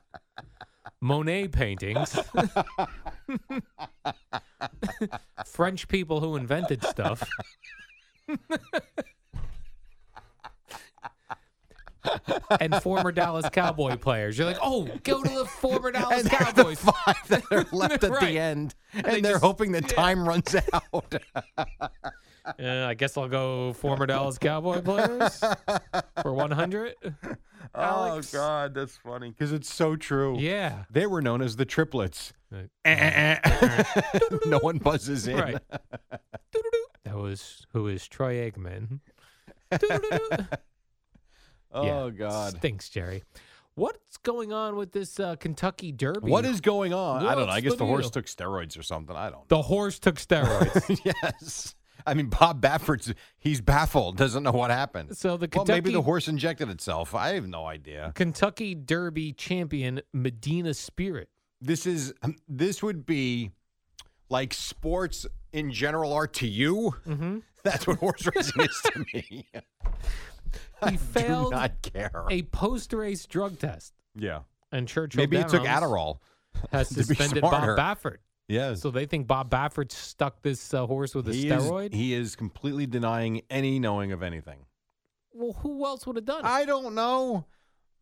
Speaker 2: Monet paintings. [laughs] French people who invented stuff. [laughs] and former Dallas Cowboy players. You're like, oh, go to the former Dallas Cowboys.
Speaker 1: five that are left at the end, and,
Speaker 2: they
Speaker 1: they are
Speaker 2: just-
Speaker 1: hoping that
Speaker 2: yeah.
Speaker 1: time runs [laughs] out.
Speaker 2: Uh, I guess I'll go former Dallas Cowboy players for
Speaker 1: [laughs]
Speaker 2: 100. Alex.
Speaker 1: Oh God, that's funny because it's so true.
Speaker 2: Yeah.
Speaker 1: they were known as the
Speaker 2: [laughs]
Speaker 1: triplets. [laughs]
Speaker 2: Right.
Speaker 1: Eh, eh, eh. no one [laughs] buzzes in.
Speaker 2: Right. That was who is Troy Aikman.
Speaker 1: Oh
Speaker 2: [laughs] Yeah,
Speaker 1: God,
Speaker 2: Stinks, Jerry. What's going on with this uh, Kentucky Derby?
Speaker 1: what is going on? I don't know.
Speaker 2: What's
Speaker 1: I guess
Speaker 2: the
Speaker 1: the horse
Speaker 2: deal?
Speaker 1: took steroids or something. I don't.
Speaker 2: The horse took steroids.
Speaker 1: [laughs] know. yes. I mean, Bob Baffert's, he's baffled, doesn't know what happened.
Speaker 2: So the
Speaker 1: Well, maybe the
Speaker 2: Kentucky-
Speaker 1: horse injected itself. I have no idea.
Speaker 2: Kentucky Derby champion Medina Spirit.
Speaker 1: This is, um, this would be like sports in general are to you. [laughs]
Speaker 2: Mhm.
Speaker 1: That's what
Speaker 2: [laughs]
Speaker 1: horse racing is to me. [laughs] I
Speaker 2: He
Speaker 1: [laughs]
Speaker 2: failed
Speaker 1: do not care.
Speaker 2: [laughs] a post-race drug test,
Speaker 1: yeah.
Speaker 2: and Churchill
Speaker 1: Maybe it took
Speaker 2: Downs
Speaker 1: Adderall. [laughs]
Speaker 2: has
Speaker 1: to be
Speaker 2: suspended Bob
Speaker 1: smarter.
Speaker 2: Baffert.
Speaker 1: Yes.
Speaker 2: So they think Bob Baffert stuck this uh, horse with a
Speaker 1: he
Speaker 2: steroid.
Speaker 1: Is, he is completely denying any knowing of anything.
Speaker 2: well, who else would have done it?
Speaker 1: I don't know.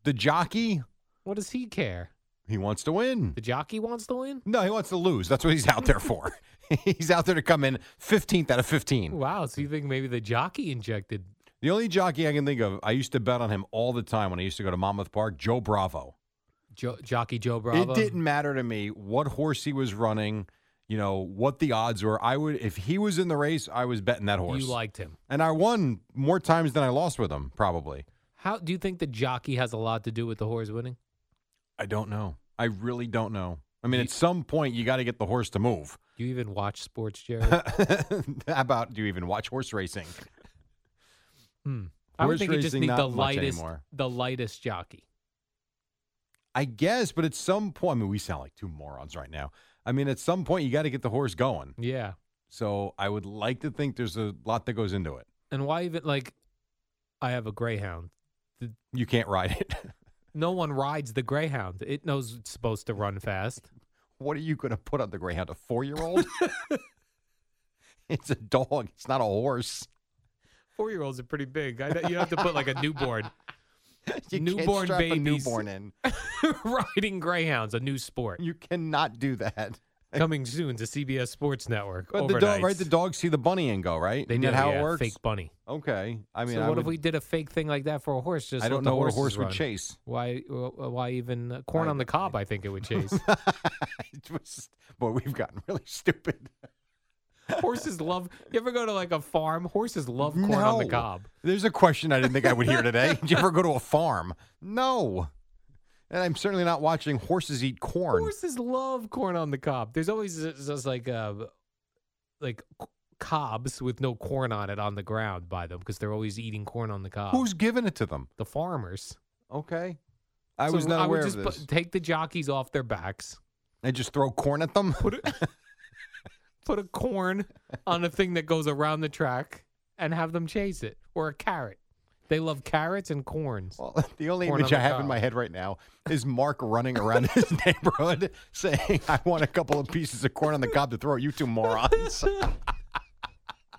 Speaker 1: The jockey,
Speaker 2: what does he care?
Speaker 1: he wants to win.
Speaker 2: The jockey wants to win.
Speaker 1: No, he wants to lose. That's what he's out there
Speaker 2: [laughs]
Speaker 1: for. [laughs] he's out there to come in 15th out of 15.
Speaker 2: Wow. So you think maybe the jockey injected?
Speaker 1: The only jockey I can think of, I used to bet on him all the time when I used to go to Monmouth Park, Joe Bravo.
Speaker 2: Jo- jockey Joe Bravo.
Speaker 1: It didn't matter to me what horse he was running, you know, what the odds were. I would if he was in the race, I was betting that horse.
Speaker 2: You liked him.
Speaker 1: and I won more times than I lost with him, probably.
Speaker 2: How do you think the jockey has a lot to do with the horse winning?
Speaker 1: I don't know. I really don't know. I mean, at some point, you got to get the horse to move.
Speaker 2: Do you even watch sports,
Speaker 1: [laughs]
Speaker 2: Jerry?
Speaker 1: How about do you even watch horse racing?
Speaker 2: Hmm. I would
Speaker 1: Horse
Speaker 2: think you just
Speaker 1: racing,
Speaker 2: need
Speaker 1: not
Speaker 2: the
Speaker 1: much
Speaker 2: lightest,
Speaker 1: anymore.
Speaker 2: the lightest jockey.
Speaker 1: I guess, but at some point, I mean, we sound like two morons right now. I mean, at some point, you got to get the horse going.
Speaker 2: Yeah.
Speaker 1: So I would like to think there's a lot that goes into it.
Speaker 2: And why even like? I have a greyhound.
Speaker 1: You can't ride it. [laughs]
Speaker 2: No one rides the greyhound. It knows it's supposed to run fast.
Speaker 1: what are you going to put on the greyhound? A four year
Speaker 2: [laughs]
Speaker 1: old? it's a dog. It's not a horse. [laughs]
Speaker 2: Four year olds are pretty big. I, bet you have to put like a newborn,
Speaker 1: You can't
Speaker 2: newborn
Speaker 1: strap a
Speaker 2: babies
Speaker 1: newborn in.
Speaker 2: [laughs] riding greyhounds, a new sport
Speaker 1: You cannot do that.
Speaker 2: coming soon to CBS Sports Network.
Speaker 1: But the dog, right?
Speaker 2: overnights.
Speaker 1: The dogs see the bunny and go, right?
Speaker 2: they
Speaker 1: Isn't
Speaker 2: do
Speaker 1: that how
Speaker 2: yeah,
Speaker 1: it works?
Speaker 2: Fake bunny.
Speaker 1: Okay. I mean,
Speaker 2: so
Speaker 1: I
Speaker 2: what
Speaker 1: would,
Speaker 2: if we did a fake thing like that for a horse? Just
Speaker 1: I don't
Speaker 2: let the
Speaker 1: know what a horse
Speaker 2: horses
Speaker 1: would
Speaker 2: run?
Speaker 1: chase.
Speaker 2: Why? uh, Why even uh, corn on the cob? I think it would chase.
Speaker 1: [laughs] It was- boy, we've gotten really [laughs] stupid.
Speaker 2: [laughs] horses love. You ever go to like a farm? Horses love corn on the
Speaker 1: No.
Speaker 2: cob.
Speaker 1: There's a question I didn't think I would hear today. Did you ever go to a farm? No. And I'm certainly not watching horses eat corn.
Speaker 2: Horses love corn on the cob. There's always just just like uh, like c- cobs with no corn on it on the ground by them because they're always eating corn on the cob.
Speaker 1: Who's giving it to them?
Speaker 2: the farmers?
Speaker 1: Okay. I
Speaker 2: So
Speaker 1: was not
Speaker 2: I would
Speaker 1: aware
Speaker 2: just
Speaker 1: of
Speaker 2: pu-
Speaker 1: this.
Speaker 2: take the jockeys off their backs.
Speaker 1: I just throw corn at them.
Speaker 2: Put it. put a corn on a thing that goes around the track and have them chase it or a carrot. They love carrots and corns.
Speaker 1: [laughs] Well, the only
Speaker 2: Corn
Speaker 1: image I
Speaker 2: on the
Speaker 1: have in
Speaker 2: cob.
Speaker 1: my head right now is Mark running around his [laughs] neighborhood saying, I want a couple of pieces of corn on the cob to throw at you two
Speaker 2: [laughs]
Speaker 1: morons. [laughs]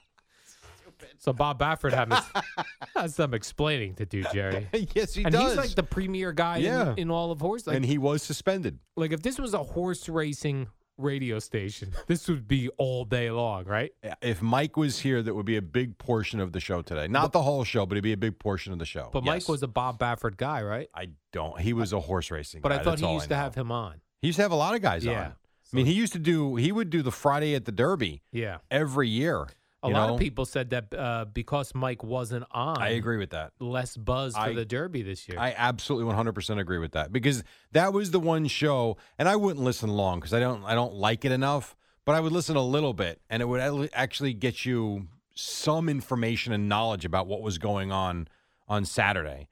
Speaker 2: So Bob Baffert had mis- [laughs] has some explaining to do, Jerry.
Speaker 1: yes, [laughs] he
Speaker 2: and
Speaker 1: does.
Speaker 2: he's like the premier guy
Speaker 1: Yeah.
Speaker 2: in, in all of horse. Like,
Speaker 1: and he was suspended.
Speaker 2: like if this was a horse racing radio station, this would be all day long, right?
Speaker 1: If Mike was here, that would be a big portion of the show today. Not the whole show, but it'd be a big portion of the show.
Speaker 2: But
Speaker 1: Yes.
Speaker 2: Mike was a Bob Baffert guy, right?
Speaker 1: I don't. He was a horse racing.
Speaker 2: But
Speaker 1: guy.
Speaker 2: I thought
Speaker 1: That's
Speaker 2: he
Speaker 1: all
Speaker 2: used to
Speaker 1: know.
Speaker 2: have him on.
Speaker 1: He used to have a lot of guys
Speaker 2: Yeah.
Speaker 1: on. I mean, he used to do. He would do the Friday at the Derby
Speaker 2: Yeah.
Speaker 1: every year.
Speaker 2: A
Speaker 1: you
Speaker 2: lot
Speaker 1: know?
Speaker 2: of people said that uh, because Mike wasn't on,
Speaker 1: I agree with that.
Speaker 2: less buzz for
Speaker 1: I-
Speaker 2: the Derby this year.
Speaker 1: I absolutely 100% agree with that because that was the one show and I wouldn't listen long cuz I don't I don't like it enough, but I would listen a little bit and it would al- actually get you some information and knowledge about what was going on on Saturday.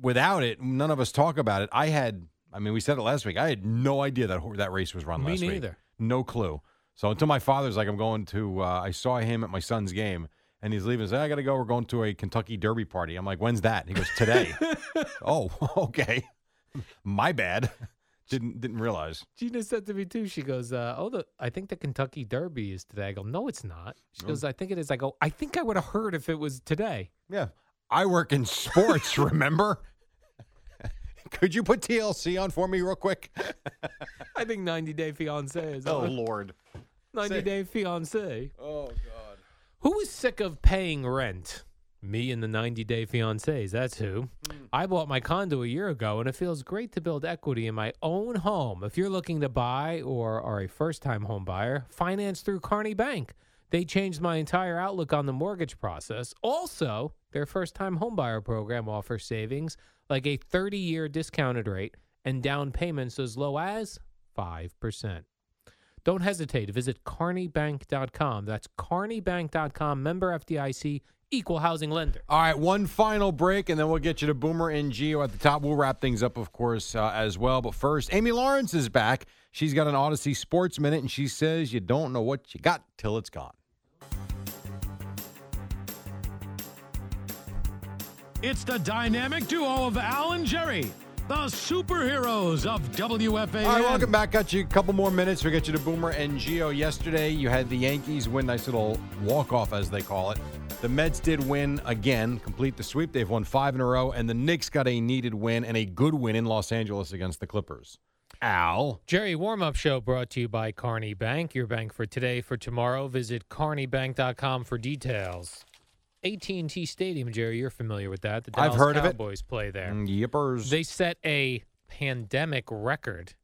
Speaker 1: Without it, none of us talk about it. I had I mean, we said it last week. I had no idea that ho- that race was run
Speaker 2: Me
Speaker 1: last week.
Speaker 2: neither.
Speaker 1: No clue. So until my father's like, I'm going to, uh, I saw him at my son's game and he's leaving. He's like, I got to go. We're going to a Kentucky Derby party. I'm like, when's that? He goes, [laughs] today. oh, okay. My bad. Didn't didn't realize.
Speaker 2: Gina said to me too. She goes, uh, "Oh, the I think the Kentucky Derby is today." I go, "No, it's not."
Speaker 1: Oh.
Speaker 2: She goes, "I think it is." I go, "I think I would have heard if it was today." [laughs]
Speaker 1: Yeah. I work in sports, [laughs] remember? Could you put TLC on for me real quick?
Speaker 2: I think 90 Day Fiance is
Speaker 1: oh
Speaker 2: on.
Speaker 1: Lord,
Speaker 2: 90
Speaker 1: Say-
Speaker 2: Day Fiance.
Speaker 1: Oh God.
Speaker 2: Who is sick of paying rent? Me and the 90 Day Fiancés, that's who. I bought my condo a year ago, and it feels great to build equity in my own home. If you're looking to buy or are a first time home buyer, finance through Carney Bank. They changed my entire outlook on the mortgage process. Also, their first time home buyer program offers savings like a 30 year discounted rate and down payments as low as 5%. Don't hesitate. Visit carneybank.com. That's carneybank.com, member FDIC, equal housing lender.
Speaker 1: All right, one final break, and then we'll get you to Boomer and Geo at the top. We'll wrap things up, of course, uh, as well. But first, Amy Lawrence is back. She's got an Odyssey Sports Minute, and she says you don't know what you got till it's gone.
Speaker 5: It's the dynamic duo of Al and Jerry, the superheroes of WFAN.
Speaker 1: All right, welcome back. Got you a couple more minutes. We get you to Boomer and Geo. Yesterday, you had the Yankees win, nice little walk off, as they call it. The Mets did win again, complete the sweep. They've won five in a row, and the Knicks got a needed win and a good win in Los Angeles against the Clippers. Al,
Speaker 2: Jerry warm up show brought to you by Carney Bank, your bank for today, for tomorrow. Visit carneybank.com for details. AT&T Stadium, Jerry, you're familiar with that. The
Speaker 1: I've
Speaker 2: Dallas
Speaker 1: heard of it. Mm,
Speaker 2: Cowboys play there.
Speaker 1: yippers.
Speaker 2: They set a pandemic record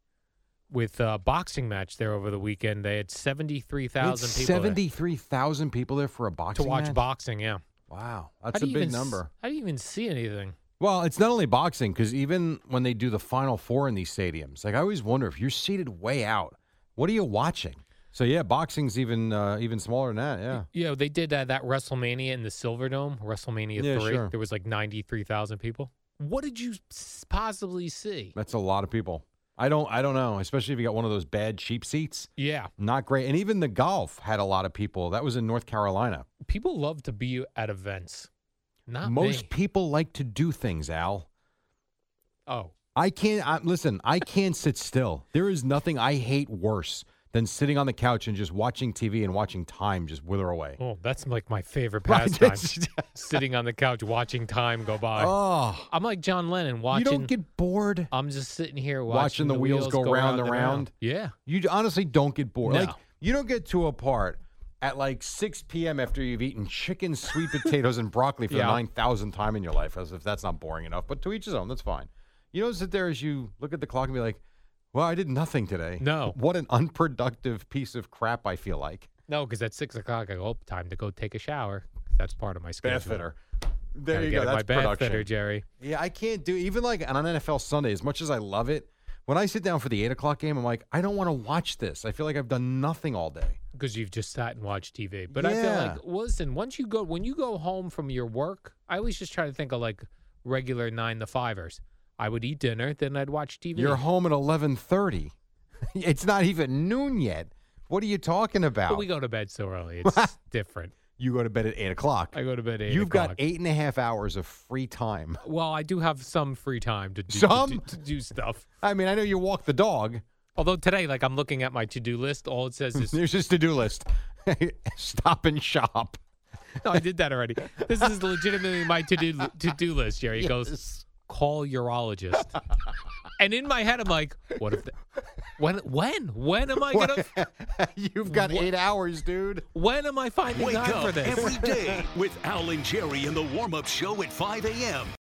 Speaker 2: with a boxing match there over the weekend. They had 73,000 people there
Speaker 1: Seventy-three thousand people there for a
Speaker 2: to
Speaker 1: boxing
Speaker 2: watch
Speaker 1: match?
Speaker 2: boxing, yeah.
Speaker 1: Wow,
Speaker 2: How
Speaker 1: that's
Speaker 2: do
Speaker 1: a
Speaker 2: you
Speaker 1: big
Speaker 2: even s-
Speaker 1: number.
Speaker 2: How do you even see anything?
Speaker 1: Well, it's not only boxing because even when they do the final four in these stadiums, like I always wonder if you're seated way out, what are you watching? So yeah, boxing's even uh, even smaller than that. Yeah,
Speaker 2: Yeah, they did uh, that WrestleMania in the Silverdome, WrestleMania
Speaker 1: Yeah,
Speaker 2: three.
Speaker 1: sure.
Speaker 2: There was like ninety three thousand people. What did you s- possibly see?
Speaker 1: that's a lot of people. I don't I don't know, especially if you got one of those bad cheap seats.
Speaker 2: Yeah,
Speaker 1: Not great. And even the golf had a lot of people. That was in North Carolina.
Speaker 2: people love to be at events. Not
Speaker 1: Most
Speaker 2: me.
Speaker 1: people like to do things, Al.
Speaker 2: Oh,
Speaker 1: I can't I, listen. I can't sit still. There is nothing I hate worse than sitting on the couch and just watching TV and watching time just wither away.
Speaker 2: oh, that's like my favorite
Speaker 1: Right,
Speaker 2: pastime.
Speaker 1: it's-
Speaker 2: [laughs] Sitting on the couch watching time go by.
Speaker 1: Oh.
Speaker 2: I'm like John Lennon watching.
Speaker 1: you don't get bored
Speaker 2: I'm just sitting here watching,
Speaker 1: watching, the, wheels, go, round and round.
Speaker 2: Yeah,
Speaker 1: You d- honestly don't get bored.
Speaker 2: No.
Speaker 1: Like you don't get to a part at like 6 p.m. after you've eaten chicken,
Speaker 2: [laughs]
Speaker 1: sweet potatoes, and broccoli for
Speaker 2: Yeah.
Speaker 1: the 9,000th time in your life, as if that's not boring enough. But to each his own. That's fine. You don't sit there as you look at the clock and be like, "Well, I did nothing today.
Speaker 2: No.
Speaker 1: what an unproductive piece of crap I feel like."
Speaker 2: no, because at six o'clock I go "Oh, time to go take a shower. That's part of my schedule.
Speaker 1: Bath fitter. There
Speaker 2: Gotta
Speaker 1: you
Speaker 2: get
Speaker 1: go.
Speaker 2: my
Speaker 1: That's
Speaker 2: bath
Speaker 1: production.
Speaker 2: fitter, Jerry.
Speaker 1: Yeah, I can't do even like on an NFL Sunday. As much as I love it, when I sit down for the eight o'clock game, I'm like, I don't want to watch this. I feel like I've done nothing all day.
Speaker 2: because you've just sat and watched TV. But I feel
Speaker 1: Yeah.
Speaker 2: like, listen, once you go when you go home from your work, I always just try to think of like regular nine to fivers. I would eat dinner, then I'd watch TV.
Speaker 1: You're home at eleven thirty. [laughs] it's not even noon yet. What are you talking
Speaker 2: but
Speaker 1: about?
Speaker 2: we go to bed so
Speaker 1: [laughs]
Speaker 2: early. It's different.
Speaker 1: you go to bed at eight o'clock.
Speaker 2: I go to bed at 8
Speaker 1: You've got
Speaker 2: o'clock.
Speaker 1: eight and a half hours of free time. [laughs]
Speaker 2: Well, I do have some free time to do,
Speaker 1: Some?
Speaker 2: to, to do stuff.
Speaker 1: I mean, I know you walk the dog.
Speaker 2: Although today, like I'm looking at my to do list, all
Speaker 1: [laughs]
Speaker 2: it says is
Speaker 1: There's this to do list. [laughs] Stop and shop. [laughs]
Speaker 2: [laughs] no, I did that already. This is legitimately my to do to do list. Jerry It goes call urologist, and in my head I'm like, what if? The, when when when am I
Speaker 5: [laughs]
Speaker 2: gonna?
Speaker 1: You've got eight hours, dude.
Speaker 2: When am I finding
Speaker 5: Wake
Speaker 2: time
Speaker 5: up
Speaker 2: for this?
Speaker 5: every day with Al and Jerry in the warm up show at 5 a.m.